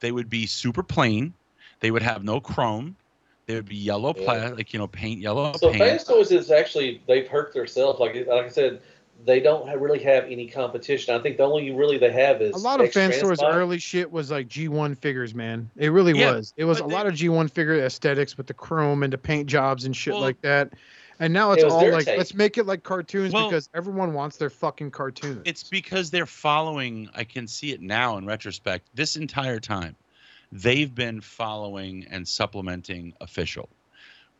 they would be super plain. They would have no chrome. They would be yellow Yeah. plastic, like you know, paint yellow so paint. Fans Toys is actually they've hurt themselves. Like like I said, they don't have, really have any competition. I think the only really they have is A lot of fan X-Transplant. stores early shit was like G1 figures, man. It really Yeah, was. It was a but lot they- of G1 figure aesthetics with the chrome and the paint jobs and shit Well- like that. And now It it's was all their like take. let's make it like cartoons Well- because everyone wants their fucking cartoon. It's because they're following. I can see it now in retrospect. This entire time, they've been following and supplementing official,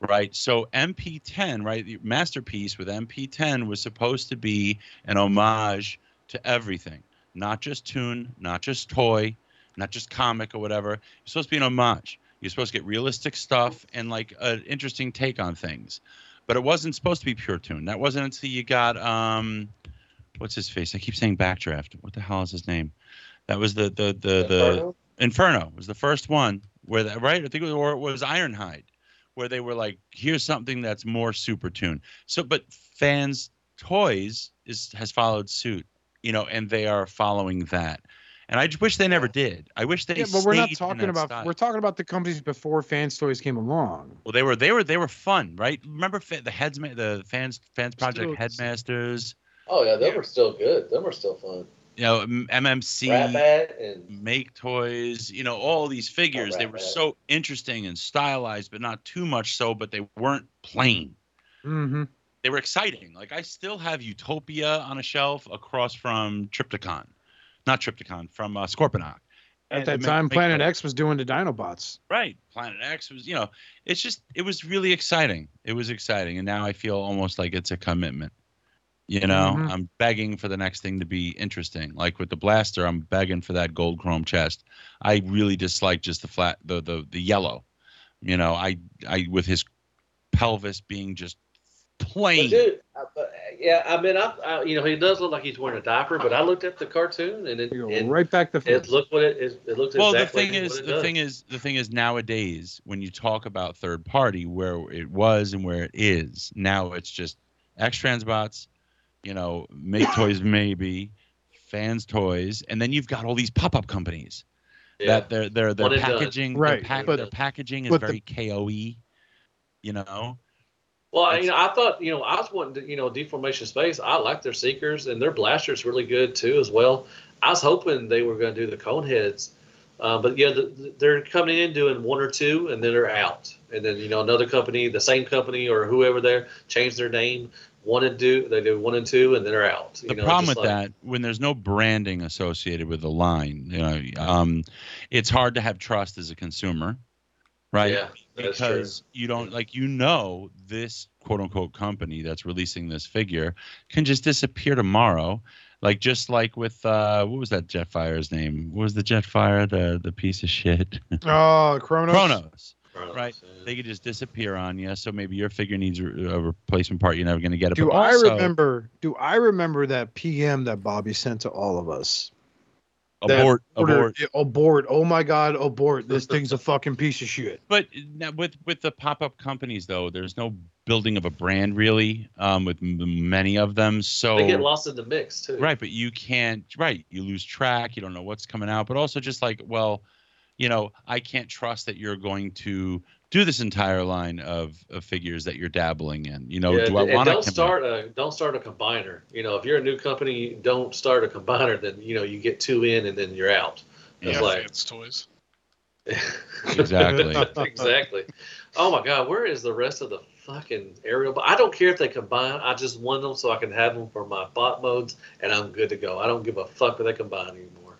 right? So MP10, right? The masterpiece with MP10 was supposed to be an homage to everything, not just tune, not just toy, not just comic or whatever. It's supposed to be an homage. You're supposed to get realistic stuff and like an interesting take on things. But it wasn't supposed to be pure tune. That wasn't until you got um, what's his face? I keep saying backdraft. What the hell is his name? That was the the the the Inferno? Inferno was the first one where that right. I think it was, or it was Ironhide, where they were like, here's something that's more super tune. So, but fans toys is has followed suit, you know, and they are following that. And I just wish they never did. I wish they. yeah, but we're not stayed in talking that about style. we're talking about the companies before fan stores came along. Well, they were they were they were fun, right? Remember fa- the heads the fans fans project Still- headmasters, Oh yeah, them Yeah. were still good. Them were still fun. you know, M- MMC. Rat Bat and make toys you know all these figures they right, were right. so interesting and stylized but not too much so but they weren't plain Mm-hmm. they were exciting like i still have utopia on a shelf across from triptychon not triptychon from uh, scorponok At And that the time, Make- Planet Make- X was doing the Dinobots. right planet x was you know it's just it was really exciting it was exciting and now i feel almost like it's a commitment you know Mhm. i'm begging for the next thing to be interesting like with the blaster i'm begging for that gold chrome chest i really dislike just the flat the the, the yellow you know i i with his pelvis being just But plain dude, I, uh, but, yeah, I mean, I, I you know he does look like he's wearing a diaper, but I looked at the cartoon and it You go it, right back to it looked what it it, it looked well exactly the thing what is it the does. thing is the thing is nowadays when you talk about third party where it was and where it is now it's just x transbots you know make toys maybe fans toys and then you've got all these pop-up companies yeah. that they're they're their One and done. packaging Right, their, pack, but- their packaging is but the- very koe you know Well, That's- you know, I thought, you know, I was wanting to, you know, Deformation Space. I like their Seekers and their Blasters really good too as well. I was hoping they were going to do the Coneheads, uh, but yeah, the, the- they're coming in doing one or two and then they're out. And then you know another company, the same company or whoever there, change their name. One and do they do one and two and then they're out. the you know, problem just with like- that when there's no branding associated with the line you know um, it's hard to have trust as a consumer right Yeah, that's true. Mm. because you don't like you know this quote unquote company that's releasing this figure can just disappear tomorrow like just like with uh what was that jetfire's name what was the jetfire the the piece of shit Oh, Chronos. chronos Right. right. they could just disappear on you so maybe your figure needs a a replacement part you're never going to get it Do but I also- remember? Do I remember that PM that Bobby sent to all of us? that abort order- abort yeah, abort. Oh my god, abort. This thing's a fucking piece of shit. but now with with the pop-up companies though there's no building of a brand really um with m- many of them so They get lost in the mix too. Right, but you can't. Right, you lose track. You don't know what's coming out. But also, just like, well, you know, I can't trust that you're going to do this entire line of, of figures that you're dabbling in. You know, yeah, do I and want don't to start a don't start a combiner. You know, if you're a new company, don't start a combiner. Then you know you get two in and then you're out. Yeah, It's like- fans toys. Exactly. exactly. Oh my God, where is the rest of the fucking aerial? But I don't care if they combine. I just want them so I can have them for my bot modes, and I'm good to go. I don't give a fuck if they combine anymore.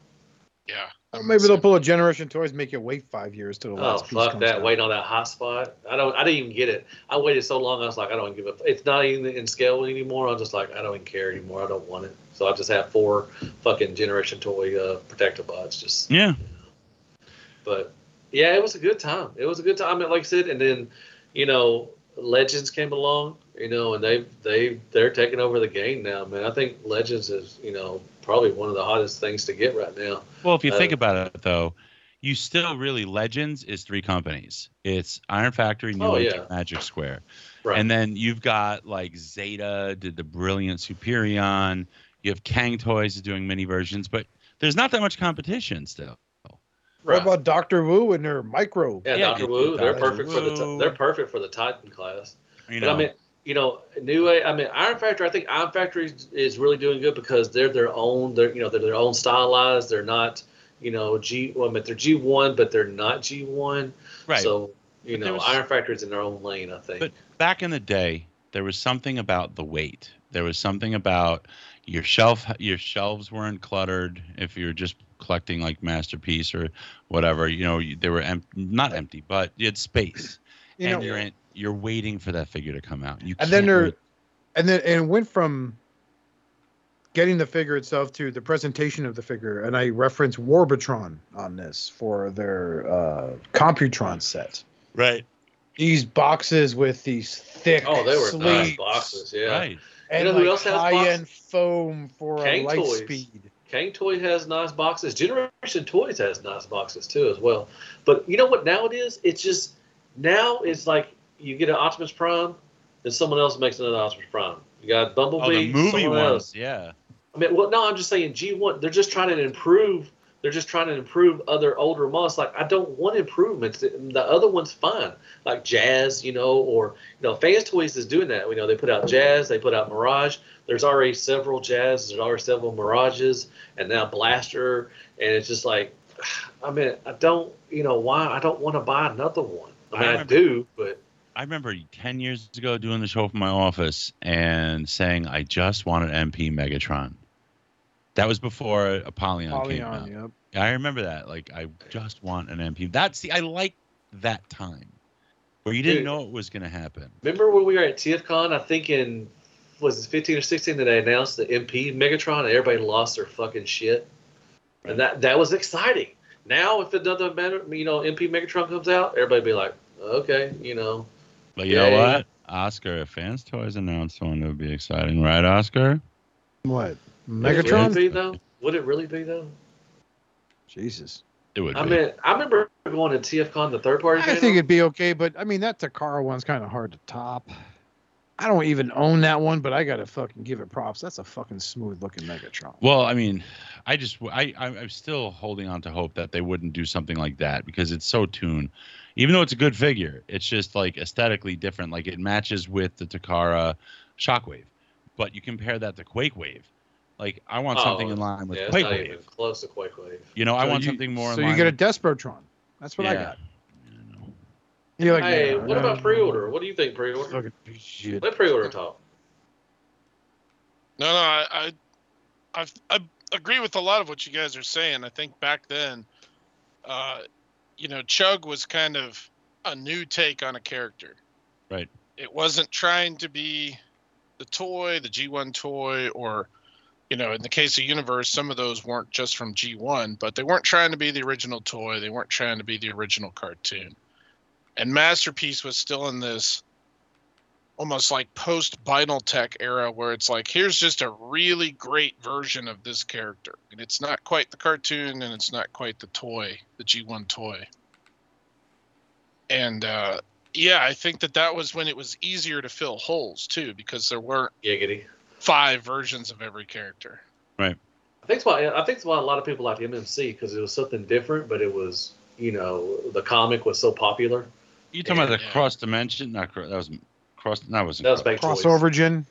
Yeah, Or maybe they'll pull a Generation Toys, make you wait five years till the Oh last piece fuck comes that! out. Waiting on that hot spot. I don't. I didn't even get it. I waited so long. I was like, I don't give up. It's not even in scale anymore. I'm just like, I don't even care anymore. I don't want it. So I just have four fucking generation toy uh, protector bots. Just Yeah. but yeah, it was a good time. It was a good time. I mean, like I said, and then you know, Legends came along. You know, and they they they're taking over the game now, man. I think Legends is you know probably one of the hottest things to get right now. Well, if you Uh, think about it, though, you still really Legends is three companies. It's Iron Factory, New Oh, Age, yeah. Magic Square. Right. And then you've got like Zeta did the brilliant Superion. You have Kang Toys is doing mini versions, but there's not that much competition still. What right. about Doctor Wu and her microbe? Yeah, Yeah, Doctor you- Wu. They're Dr. perfect for the t- Wu. they're perfect for the Titan class. You But know, I mean, you know, New Age. I mean, Iron Factory. I think Iron Factory is- is really doing good because they're their own. They're you know they're their own stylized. They're not you know G. Well, I mean, they're G one, but they're not G one. right? So you But there know, was- Iron Factory is in their own lane. I think. But- back in the day, there was something about the weight. There was something about your shelf. Your shelves weren't cluttered if you were just collecting like masterpiece or whatever. You know, you, they were em- not empty, but you had space, You and know, you're in, you're waiting for that figure to come out. You and then can't they're wait. and then and it went from getting the figure itself to the presentation of the figure and i reference warbatron on this for their uh computron set right, these boxes with these thick oh, they were nice sleeves boxes. Yeah. right. and You know who like else has boxes? high-end foam for Kang a light Toys. speed Kang Toy has nice boxes. Generation Toys has nice boxes too as well. But you know what now it is? It's just now it's like you get an Optimus Prime, then someone else makes another Optimus Prime. You got Bumblebee, Oh, the movie someone ones, else. yeah. I mean, well, no, I'm just saying G1. They're just trying to improve. They're just trying to improve other older models. Like I don't want improvements. The other one's fine, like Jazz, you know, or you know, Fans Toys is doing that. We know they put out Jazz, they put out Mirage. There's already several Jazz. There's already several Mirages, and now Blaster. And it's just like, I mean, I don't, you know, why I don't want to buy another one. I mean, I I, remember- do, but I remember 10 years ago doing the show from my office and saying, I just wanted MP Megatron. That was before Apollyon, came out. Polyon, yep. I remember that. Like, I just want an MP. That's the, I like that time where you didn't Dude. know it was going to happen. Remember when we were at TFCon? I think in was it 15 or 16 that they announced the MP Megatron and everybody lost their fucking shit. And that that was exciting. Now if another Meta- you know MP Megatron comes out, everybody be like, okay, you know, But you know Yeah. what? Oscar, if Fans Toys announced one, it would be exciting, right, Oscar? what would it megatron really be though? Would it really be though? jesus It would I be. mean, I remember going to TFCon the third party. i panel. think it'd be okay but i mean that takara one's kind of hard to top I don't even own that one, but I gotta fucking give it props. That's a fucking smooth looking Megatron. Well, I mean, I just I I'm I'm still holding on to hope that they wouldn't do something like that because it's so tuned. Even though it's a good figure, it's just like aesthetically different. Like it matches with the Takara Shockwave, but you compare that to Quake Wave. Like I want Oh, something in line with yeah, it's Quake not even Wave. close to Quake Wave. You know, I So want you- something more. So in you line get a with- Desprotron. That's what I Yeah. got. You know. You're like, Hey, "Nah, what I about don't pre-order? know." What do you think pre-order? Fucking piece of shit. Let pre-order talk. No, no, I, I, I've, I agree with a lot of what you guys are saying. I think back then, uh, you know, Chug was kind of a new take on a character. Right. It wasn't trying to be the toy, the G1 toy, or, you know, in the case of Universe, some of those weren't just from G1, but they weren't trying to be the original toy. They weren't trying to be the original cartoon. And Masterpiece was still in this almost like post Binal Tech era where it's like here's just a really great version of this character and it's not quite the cartoon and it's not quite the toy the G1 toy and uh yeah I think that that was when it was easier to fill holes too because there weren't Giggity. five versions of every character I think it's why I think it's why a lot of people liked MMC because it was something different, but it was you know the comic was so popular. You talking about the Yeah. cross dimension? Not cro- that was cross. That wasn't. That was cross- Make Toys. Crossover Gen.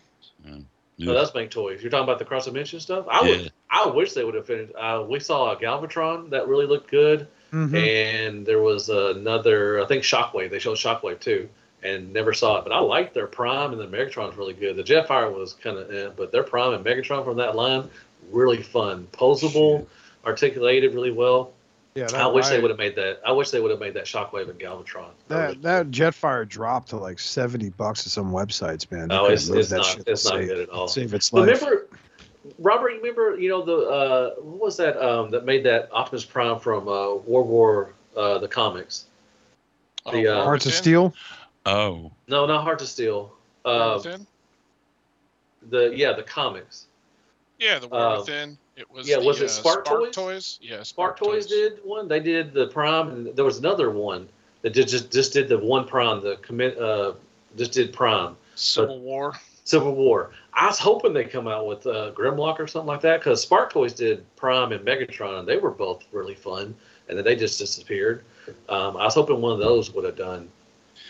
No, that's Make Toys. You're talking about the cross dimension stuff. I Yeah. would I wish they would have finished. Uh, we saw a Galvatron that really looked good, Mhm. and there was another I think Shockwave. They showed Shockwave too, and never saw it. But I liked their Prime and the Megatron's really good. The Jetfire was kind of, eh, but their Prime and Megatron from that line really fun, posable, articulated really well. Yeah, I wish they would have made that. I wish they would have made that Shockwave and Galvatron. That that Jetfire dropped to like seventy bucks at some websites, man. They could've No, Oh, it's- moved it's that not- shit it's to not save- good at all. Save its life. Remember, Robert, you remember, you know, the uh, what was that um, that made that Optimus Prime from uh, War War uh, the comics? Oh, The, uh, War Hearts of Within? Steel. Oh, No, not Heart to Steal. War Uh, Within? the yeah, the comics. Yeah, the War uh, Within. It was. yeah, the, was it uh, Spark Toys? Yeah, Spark Toys did one. They did the Prime, and there was another one that did, just just did the one Prime, the commit, uh, just did Prime Civil War. Civil War. I was hoping they come out with uh, Grimlock or something like that because Spark Toys did Prime and Megatron, and they were both really fun, and then they just disappeared. Um, I was hoping one of those would have done.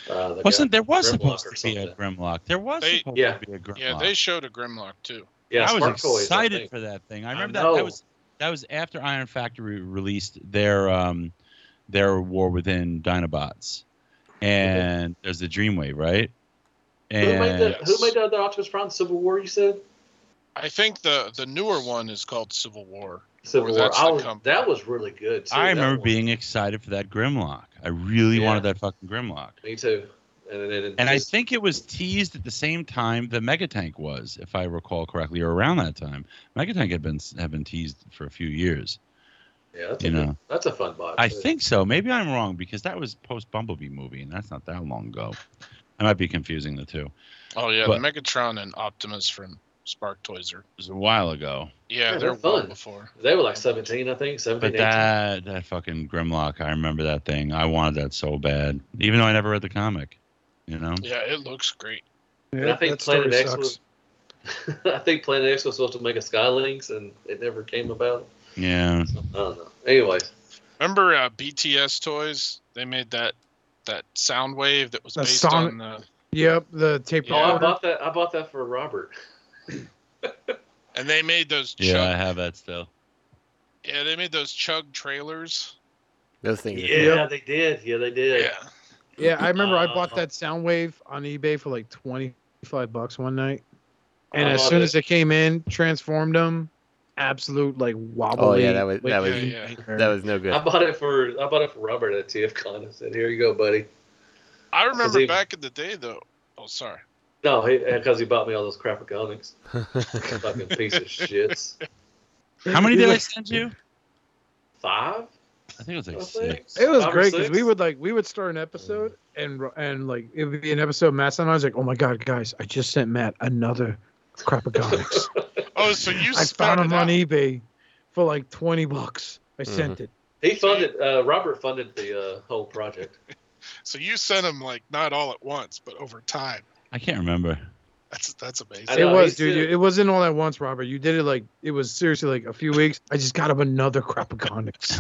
Uh, the wasn't guy- there was Grimlock supposed or to be a something. Grimlock? There was They- supposed yeah. to be a Grimlock. Yeah, they showed a Grimlock too. Yeah, I was Spark Toys, I excited think. for that thing. I I remember that. That know. was that was after Iron Factory released their um their War Within Dinobots, and there's the Dreamwave, right? Who made, And the, who Yes. made the other Optimus Prime Civil War? You said I think the the newer one is called Civil War. Civil Well, War. that's I the was, company. that was really good. Too, I that remember one. being excited for that Grimlock. I really Yeah. wanted that fucking Grimlock. Me too. And, then it And I just- think it was teased at the same time the Megatank was, if I recall correctly, or around that time. Megatank had been had been teased for a few years. yeah, that's, you a, good- know. that's a fun box. I too. think so. Maybe I'm wrong because that was post Bumblebee movie, and that's not that long ago. I might be confusing the two. Oh yeah, But- the Megatron and Optimus from Spark Toys are. It was a while ago, Yeah, Yeah, they're they're well fun. before. they were like 17, I think, 17, but 18. that that fucking Grimlock, I remember that thing. I wanted that so bad, even though I never read the comic. You know, Yeah, it looks great. And I think that story Planet X sucks. was. I think Planet X was supposed to make a Skylinks, and it never came about. yeah. I don't know. Anyways, Remember uh, BTS Toys? They made that that sound wave that was That based sonic- on the. Yep, the tape Yeah. oh, I recorder. bought that. I bought that for Robert. And they made those. Chug, Yeah, I yeah. have that still. they made those Chug trailers. Those things. are Yeah, cool. they did. Yeah, they Yeah. did. Yeah, I remember I bought Uh, that Soundwave on eBay for like twenty five bucks one night, and I as love soon it. as it came in, transformed them, absolute like Oh wobbly. yeah, that was that Yeah, was yeah. that was no good. I bought it for I bought it for Robert at TFCon. I said, "Here you go, buddy." I Cause remember they- back in the day though. Oh, sorry. No, because he, bought me all those crapagonics. Fucking piece of shits. How many did I send you? Five. I think it was I like think. six. It was Five or great because we six? would like we would start an episode and and like it would be an episode. Matt and I was like, "Oh my god, guys! I just sent Matt another crapagonics. Oh, so you I spouted found them on out. eBay for like twenty bucks. I Mm-hmm. sent it. He funded. Uh, Robert funded the uh, whole project. So you sent them like not all at once, but over time. I can't remember. That's that's amazing. I It know, was, he dude. said- It wasn't all at once, Robert. You did it like it was seriously like a few weeks. I just got him another crapagonics.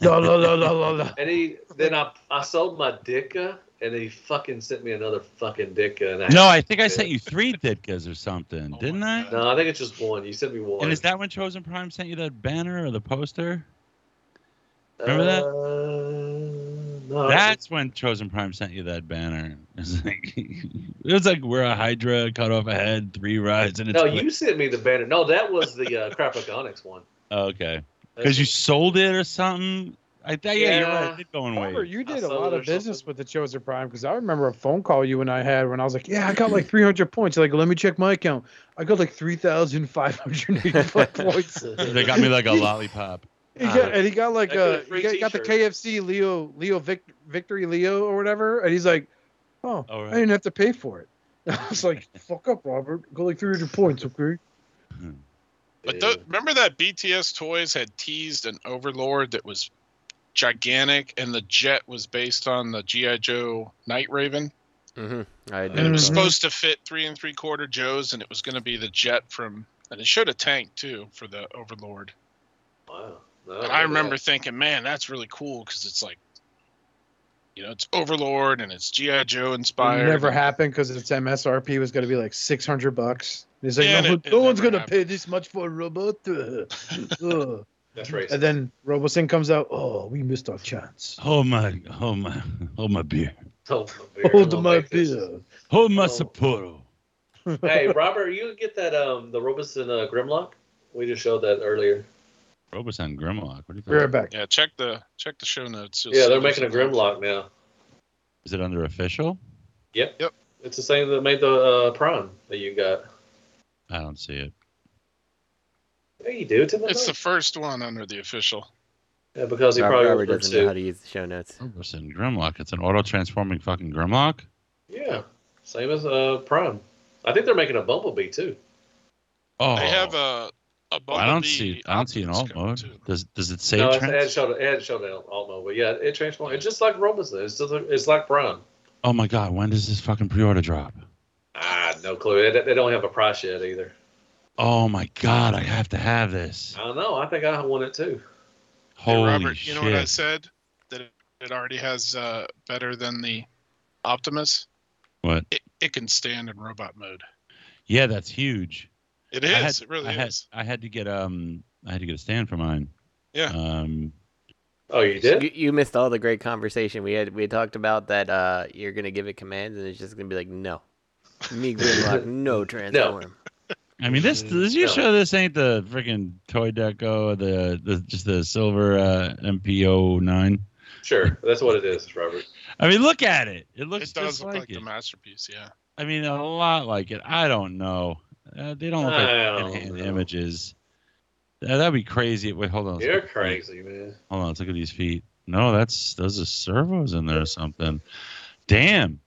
la la la la la la. And he then I I sold my Dicka, and he fucking sent me another fucking Dicka. And no, I think I sent you three Ditkas or something, Oh didn't my I? God. No, I think it's just one. You sent me one. And is that when Chosen Prime sent you that banner or the poster? remember that? that? Uh, No, That's when Chosen Prime sent you that banner. It's like it was like we're a Hydra, cut off a head, three rides, and it's no. quick. You sent me the banner. No, that was the uh, crapagonics one. Oh, okay That's because you it. sold it or something. I th- yeah, you're right. Yeah. It did go in Robert, waves. you I did a sold lot it or of business something. with the Chosen Prime because I remember a phone call you and I had when I was like, "Yeah, I got like 300 points." You're Like, let me check my account. I got like 3,585 points. They got me like a lollipop. He got, and he got like I got uh, a he free got, got the t-shirt. KFC Leo Leo Vic, Victory Leo or whatever, and he's like, "Oh, All I right. didn't have to pay for it." I was like, "Fuck up, Robert. Go like 300 points, okay?" But tho- remember that BTS Toys had teased an Overlord that was gigantic, and the jet was based on the GI Joe Night Raven, hmm I and Mm-hmm. it was Mhm. know. supposed to fit three and three quarter Joes, and it was going to be the jet from, and it showed a tank too for the Overlord. Wow. No, And I remember thinking, man, that's really cool because it's like, you know, it's Overlord and it's GI Joe It inspired. never happened because its MSRP was going to be like 600 bucks. And He's like, Yeah, no, and it- no it one's never going to pay this much for a robot. Ugh. That's racist. and then Robosync comes out. Oh, we missed our chance. Hold Oh my, hold my, hold my beer. Hold Hold my beer. Hold my Oh. Sapporo. hey, Robert, you get that um the Robinson uh, Grimlock? We just showed that earlier. Roboson Grimlock. What do you Be right think? back. Yeah, check the check the show notes. You'll Yeah, see they're what's making a in there. Grimlock now. Is it under official? Yep. Yep. It's the same that made the uh, Prime that you got. I don't see it. Yeah, you do. It's in the It's the notes. first one under the official. yeah, because he Robert, probably Robert referred doesn't know how to. to use the show notes. Roboson Grimlock. It's an auto transforming fucking Grimlock. Yeah, same as uh, Prime. I think they're making a Bumblebee too. Oh, They have a, a I don't Bumblebee see. I don't see an alt Optimus mode. code, too. Does does it say No, it's trans? Ed showed Ed showed it all mode, but yeah, it transformed. It's just like Robinson. It's just it's like Prime. Oh my god, when does this fucking pre-order drop? Ah, no clue. They, they don't have a price yet either. Oh my god, I have to have this. I don't know. I think I want it too. Hey, Holy Robert, shit! you know what I said? That it, it already has uh, better than the Optimus. What? It, it can stand in robot mode. Yeah, that's huge. It I is. had- it really I had, is. I had to get um, I had to get a stand for mine. Yeah. Um, Oh, you did? You, you missed all the great conversation we had. We had talked about that uh, you're gonna give it commands, and it's just gonna be like, no, me Grimlock, no transform. I mean, this this you No. sure this ain't the freaking toy deco, the the just the silver uh, MPO nine. Sure. That's what it is, Robert. I mean, look at it. It It looks does just look like, like, it. the masterpiece. Yeah. I mean, a lot like it. I don't know. Uh, they don't look like I don't hand know. images. Uh, that'd be crazy. Wait, hold on. let's You're look at the feet. crazy, man. Hold on, let's look at these feet. No, that's those are servos in there or something. Damn,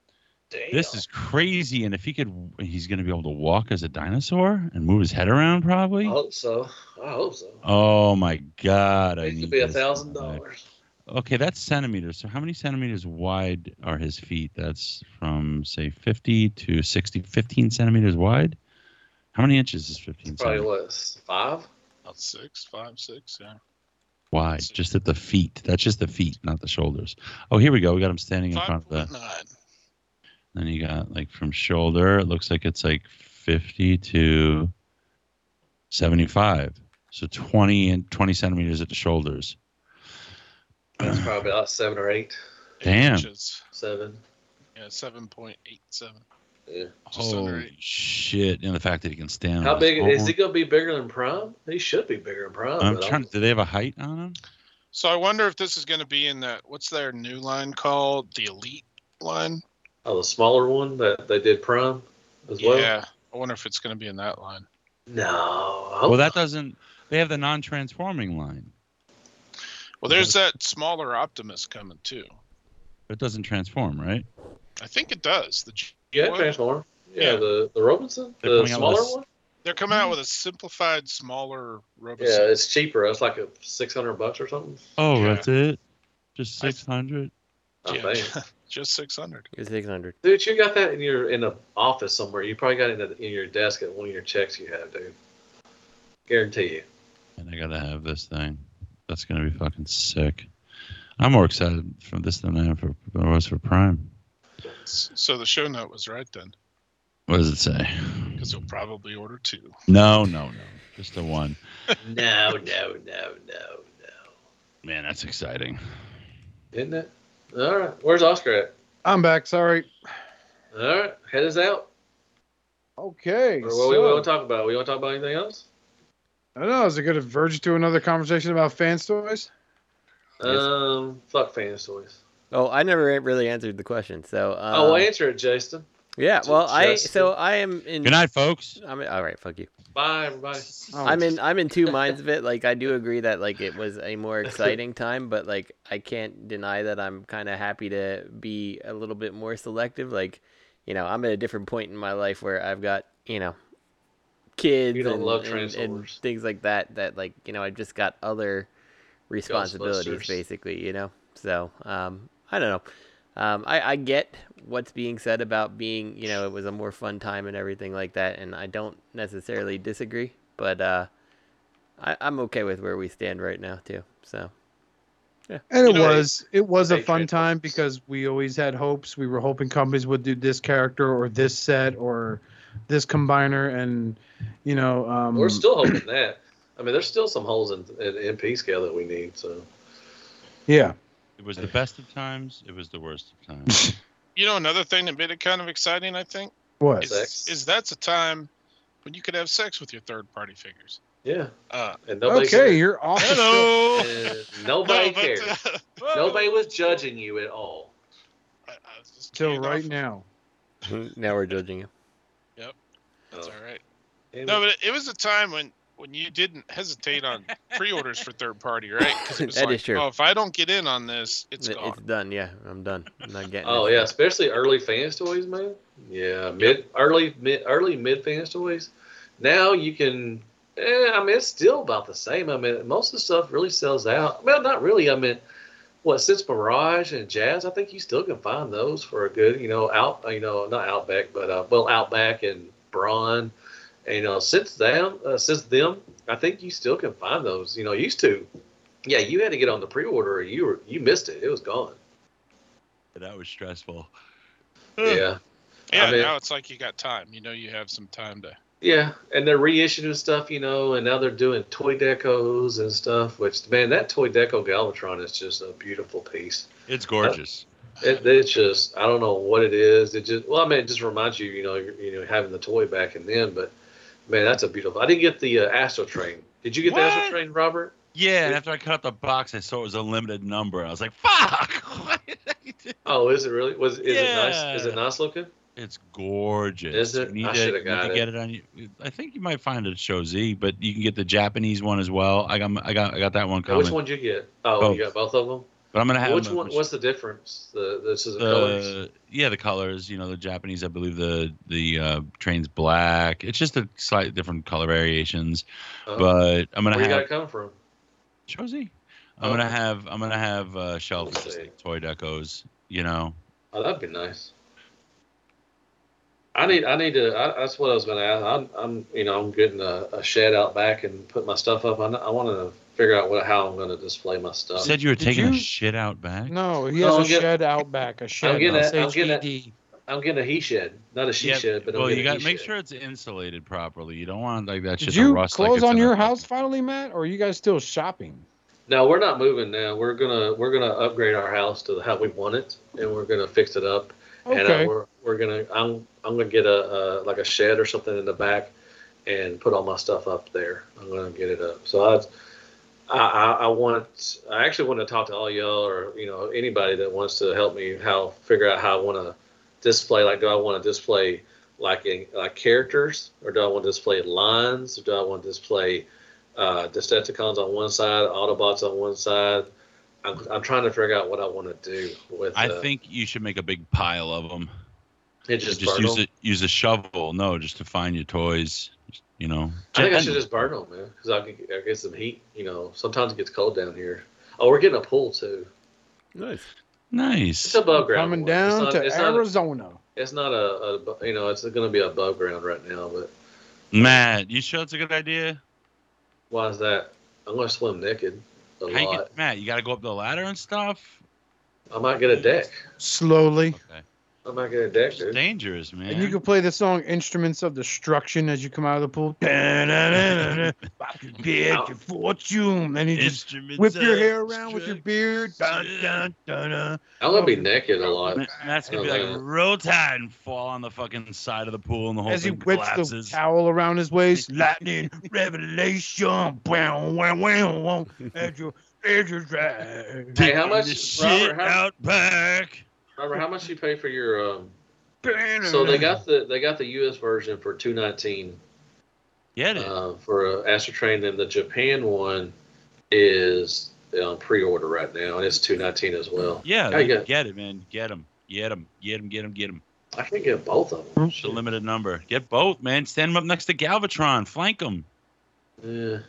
Damn. this is crazy. And if he could, he's gonna be able to walk as a dinosaur and move his head around, I probably. hope so. I hope so. Oh my god! Oh, I It need could be a this thousand guy. dollars. Okay, that's centimeters. So how many centimeters wide are his feet? That's from say 50 to 60, 15 centimeters wide. How many inches is 15 Probably centimeters what five? About six, five, six. Yeah. wide? Just at the feet. That's just the feet, not the shoulders. Oh, here we go. We got him standing in front Five of the. point nine. Then you got like from shoulder, it looks like it's like 50 to 75. So 20 and 20 centimeters at the shoulders. That's probably about seven or eight. eight Damn. Inches. Seven. Yeah, seven point eight seven. Yeah. Just under Holy eight. shit. And the fact that he can stand. How on his big is own. he gonna be bigger than Prime? He should be bigger than Prime. I'm but trying. Do they have a height on him? So I wonder if this is going to be in that. What's their new line called? The Elite line. Oh, the smaller one that they did Prime as well. Yeah. I wonder if it's going to be in that line. No. I hope Well, that doesn't. They have the non-transforming line, Well, there's that smaller Optimus coming too. but it doesn't transform, right? I think it does. The G- Yeah, What? Transformer. Yeah, Yeah. the the Robinson, They're the coming out smaller with a s- one. They're coming Hmm. out with a simplified, smaller robot. Yeah, it's cheaper. It's like a six hundred bucks or something. Oh, Yeah. that's it. Just I- six hundred. I Yeah, think. just 600. You're 600. Dude, you got that in your in the office somewhere. You probably got it in, the, in your desk at one of your checks you have, dude. Guarantee you. And I gotta have this thing. That's gonna be fucking sick. I'm more excited for this than I am for than I was for Prime. S- So the show note was right then, What does it say? because you'll probably order two. No, no, no. Just the one. no, no, no, no, no. Man, that's exciting. Isn't it? All right. Where's Oscar at? I'm back. Sorry. All right. Head is out. Okay. Or what we So, want to talk about? We want to talk about anything else? I don't know. Is it going to verge to another conversation about fan stories? Yes. Um, fuck fan stories. Oh, I never really answered the question. So, uh, oh, answer it, Jason. yeah. Well, I Justin. so I am in. Good night, folks. I'm in, all right. Fuck you. Bye, everybody. Oh, I'm in. I'm in two minds of it. Like I do agree that like it was a more exciting time, but like I can't deny that I'm kind of happy to be a little bit more selective. Like, you know, I'm at a different point in my life where I've got you know, kids You don't and, love and- and Transformers. things like that. That like you know I've just got other responsibilities Ghostbusters. basically. You know, so um, I don't know. Um, I, I get what's being said about being, you know, it was a more fun time and everything like that, and I don't necessarily disagree, but uh, I, I'm okay with where we stand right now too. So And You it know, was it was a they fun should. time because we always had hopes. We were hoping companies would do this character or this set or this combiner, and you know, um, We're still hoping that. I mean, there's still some holes in, in MP scale that we need. So yeah. It was the best of times. It was the worst of times. You know, another thing that made it kind of exciting, I think, What? is, Sex. is that's a time when you could have sex with your third party figures. Yeah. Uh, And nobody okay, you're off. the show. hello. cared. And nobody No, but, cared. uh, Nobody was judging you at all. I, I was just Till keying right off. now. now we're judging him. That's all right. And No, but it was a time when when you didn't hesitate on pre-orders for third party, right? Because it was That like, is true. oh, if I don't get in on this, it's Th- gone. done. Yeah, I'm done. I'm not getting. Oh it. yeah, especially early fans toys, man. Yeah, mid, early, mid, early mid fans toys. Now you can. Eh, I mean, it's still about the same. I mean, most of the stuff really sells out. Well, not really. I mean, what since Mirage and Jazz, I think you still can find those for a good, you know, out, uh, you know, not Outback, but uh, well, Outback and Braun. And, you know, since them, uh, since them, I think you still can find those. You know, used to. Yeah, you had to get on the pre-order, or you were you missed it. It was gone. That was stressful. Hmm. Yeah. yeah, I mean- now it's like you got time. You know, you have some time to. Yeah, and they're reissuing stuff, you know, and now they're doing toy decos and stuff. Which man, that toy deco Galvatron is just a beautiful piece. It's gorgeous. It, it's just I don't know what it is. It just well, I mean, it just reminds you, you know, you're, you know, having the toy back and then. But man, that's a beautiful. I didn't get the uh, Astro Train. Did you get the What? Astro Train, Robert? Yeah, and after I cut up the box, I saw it was a limited number. I was like, "Fuck!" What did I do? Oh, is it really? Was is it nice? Is Yeah. it nice looking? It's gorgeous. Is it? You need I to, shoulda you need got to it. get it on. you- I think you might find it at Show Z, but you can get the Japanese one as well. I got, I got, I got that one Now, coming. Uh, which one did you get? Oh, you got both of them. But I'm gonna have Uh, Which them- one? What's the difference? The this is the colors. the yeah the colors. You know the Japanese. I believe the the uh, train's black. It's just a slight different color variations. Uh, But I'm gonna where you got have it coming from? Show Z. I'm gonna Okay. have I'm gonna have uh, shelf Let's just see. like toy decos. You know. Oh, that'd be nice. I need, I need to. I, that's what I was going to ask. I'm, I'm, you know, I'm getting a, a shed out back and put my stuff up. I, I want to figure out what, how I'm going to display my You stuff. said you were Um, did taking a you- shit out back. No, he No, has I'm a get- shed out back. A shed. getting S it, I'm getting H it. E D. I'm getting a he shed, not a she shed, but I'm well, getting you a got he make shed. sure it's insulated properly. You don't want like that shit Did to you rust. like close it's on in a your fucking- house finally, Matt? Or are you guys still shopping? No, we're not moving now. We're gonna, we're gonna upgrade our house to how we want it, and we're gonna fix it up. And uh, Okay. we're, we're gonna, I'm, I'm gonna get a, uh, like a shed or something in the back, and put all my stuff up there. I'm gonna get it up. So I, I, I, I want, I actually want to talk to all y'all or you know anybody that wants to help me how figure out how I want to display. Like, do I want to display like in like characters, or do I want to display lines, or do I want to display uh, Decepticons on one side, Autobots on one side? I'm, I'm trying to figure out what I want to do with. I uh, think you should make a big pile of them. it Just, just, burn use them. a, use a shovel. No, just to find your toys. You know. I think I should just burn them, man, because I can I get some heat. You know, sometimes it gets cold down here. Oh, we're getting a pool too. Nice. It's Nice. above ground. Coming one. It's down not- to it's not- Arizona. It's not a, a you know, it's going to be above ground right now, but Matt, you sure it's a good idea? why is that? I'm going to swim naked a How you lot. get, Matt, you got to go up the ladder and stuff. I might get a deck. Slowly. Okay. I might get a deck, It's dude. dangerous, man. And you can play the song Instruments of Destruction as you come out of the pool. I can get your fortune. And you just Instruments whip your of hair around with your destruction. beard. Dun, dun, dun, dun. I'm going to be naked a lot. Ma- Matt's uh, gonna be like real tired and fall on the fucking side of the pool, and the whole As he thing whips collapses. the towel around his waist. Lightning, revelation. Wow, wow, wow, wow. As you, as you drive. Hey, how Taking much- the shit Robert, how- out back? Robert, how much you pay for your? um So they got the they got the U.S. version for two nineteen Get it? uh, for uh, Astro Train, and the Japan one is on pre-order right now, and it's two nineteen as well. yeah, how they- you got- get it, man. Get them. Get them. Get them. Get them. Get them. I can get both of them. It's a limited number. Get both, man. Stand them up next to Galvatron. Flank them. Yeah. Uh,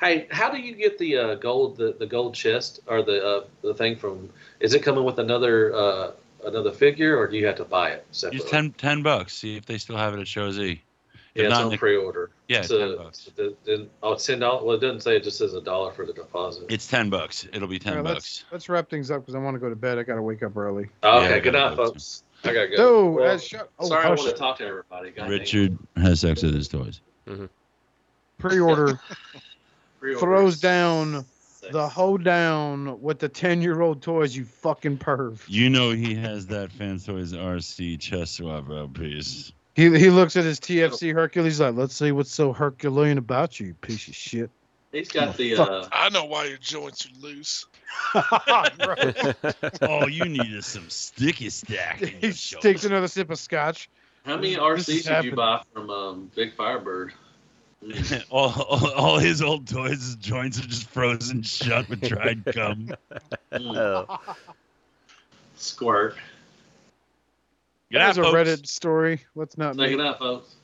Hey, how do you get the uh, gold the, the gold chest or the uh, the thing from? Is it coming with another uh, another figure, or do you have to buy it separately? Use 10, 10 bucks. See if they still have it at Show Z. If yeah, it's not, on they- pre-order. yeah, It's a- 10 bucks. it's a- then- oh, it's ten dollars. Well, it doesn't say. It just says a dollar for the deposit. It's ten bucks. It'll be ten All right, bucks. let's, let's wrap things up because I want to go to bed. I got to wake up early. Oh, okay, Yeah, I good gotta night, go too. folks. I gotta go. So, Well, as shut, oh, sorry, I hush. want to talk to everybody. God dang it. Richard has sex with his toys. pre-order Pre-order throws is down six. the hoedown with the 10-year-old toys, you fucking perv. You know he has that fan toys RC chest swap out piece. He he looks at his TFC Hercules like, let's see what's so Herculean about you, you piece of shit. He's got the Fuck. uh, I know why your joints are loose. Right. oh, you need is some sticky stack. in he your shoulder. takes another sip of scotch. how many This is RCs did happening. you buy from um, Big Firebird? Mm. all, all, all his old toys, his joints are just frozen shut with dried gum. Mm. Oh, Squirt. Good There's a night, folks. Reddit story. Let's not Take make it out, folks.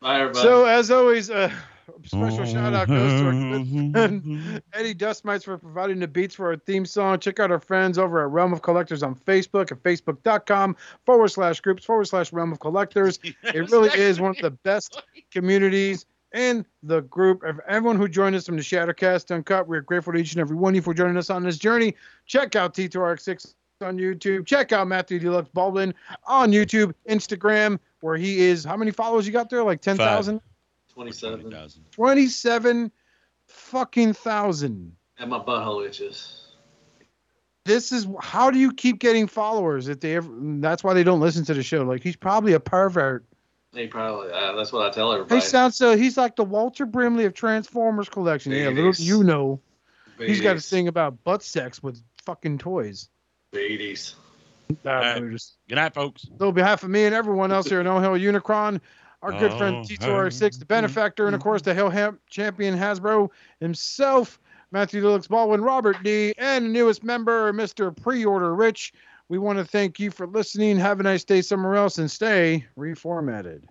Bye, everybody. So as always, uh, special shout out goes to our good friend, Eddie Dustmites for providing the beats for our theme song. Check out our friends over at Realm of Collectors on Facebook at facebook.com forward slash groups forward slash Realm of Collectors. It really is one of the best communities in the group. Ev- Everyone who joined us from the Shattercast Uncut, we're grateful to each and every one of you for joining us on this journey. Check out T2RX6 on YouTube. Check out Matthew Deluxe Baldwin on YouTube, Instagram, where he is. How many followers you got there? Like 10,000? 27. 27 fucking thousand. And my butthole itches. This is how do you keep getting followers if they ever that's why they don't listen to the show. Like he's probably a pervert. They probably, uh, that's what I tell He everybody. sounds so he's like the Walter Brimley of Transformers collection. Yeah, little Yes. you know. He's got a Beaties. thing about butt sex with fucking toys. Beaties. Ah, Alright. Brutus. Good night, folks. So on behalf of me and everyone else here at No Hill Unicron, our good Oh, friend T2RX6, the benefactor, and of course the Hill Ham champion Hasbro himself, Matthew Deluxe Baldwin, Robert D, and the newest member, Mr. Pre-Order Rich. We want to thank you for listening. Have a nice day somewhere else and stay reformatted.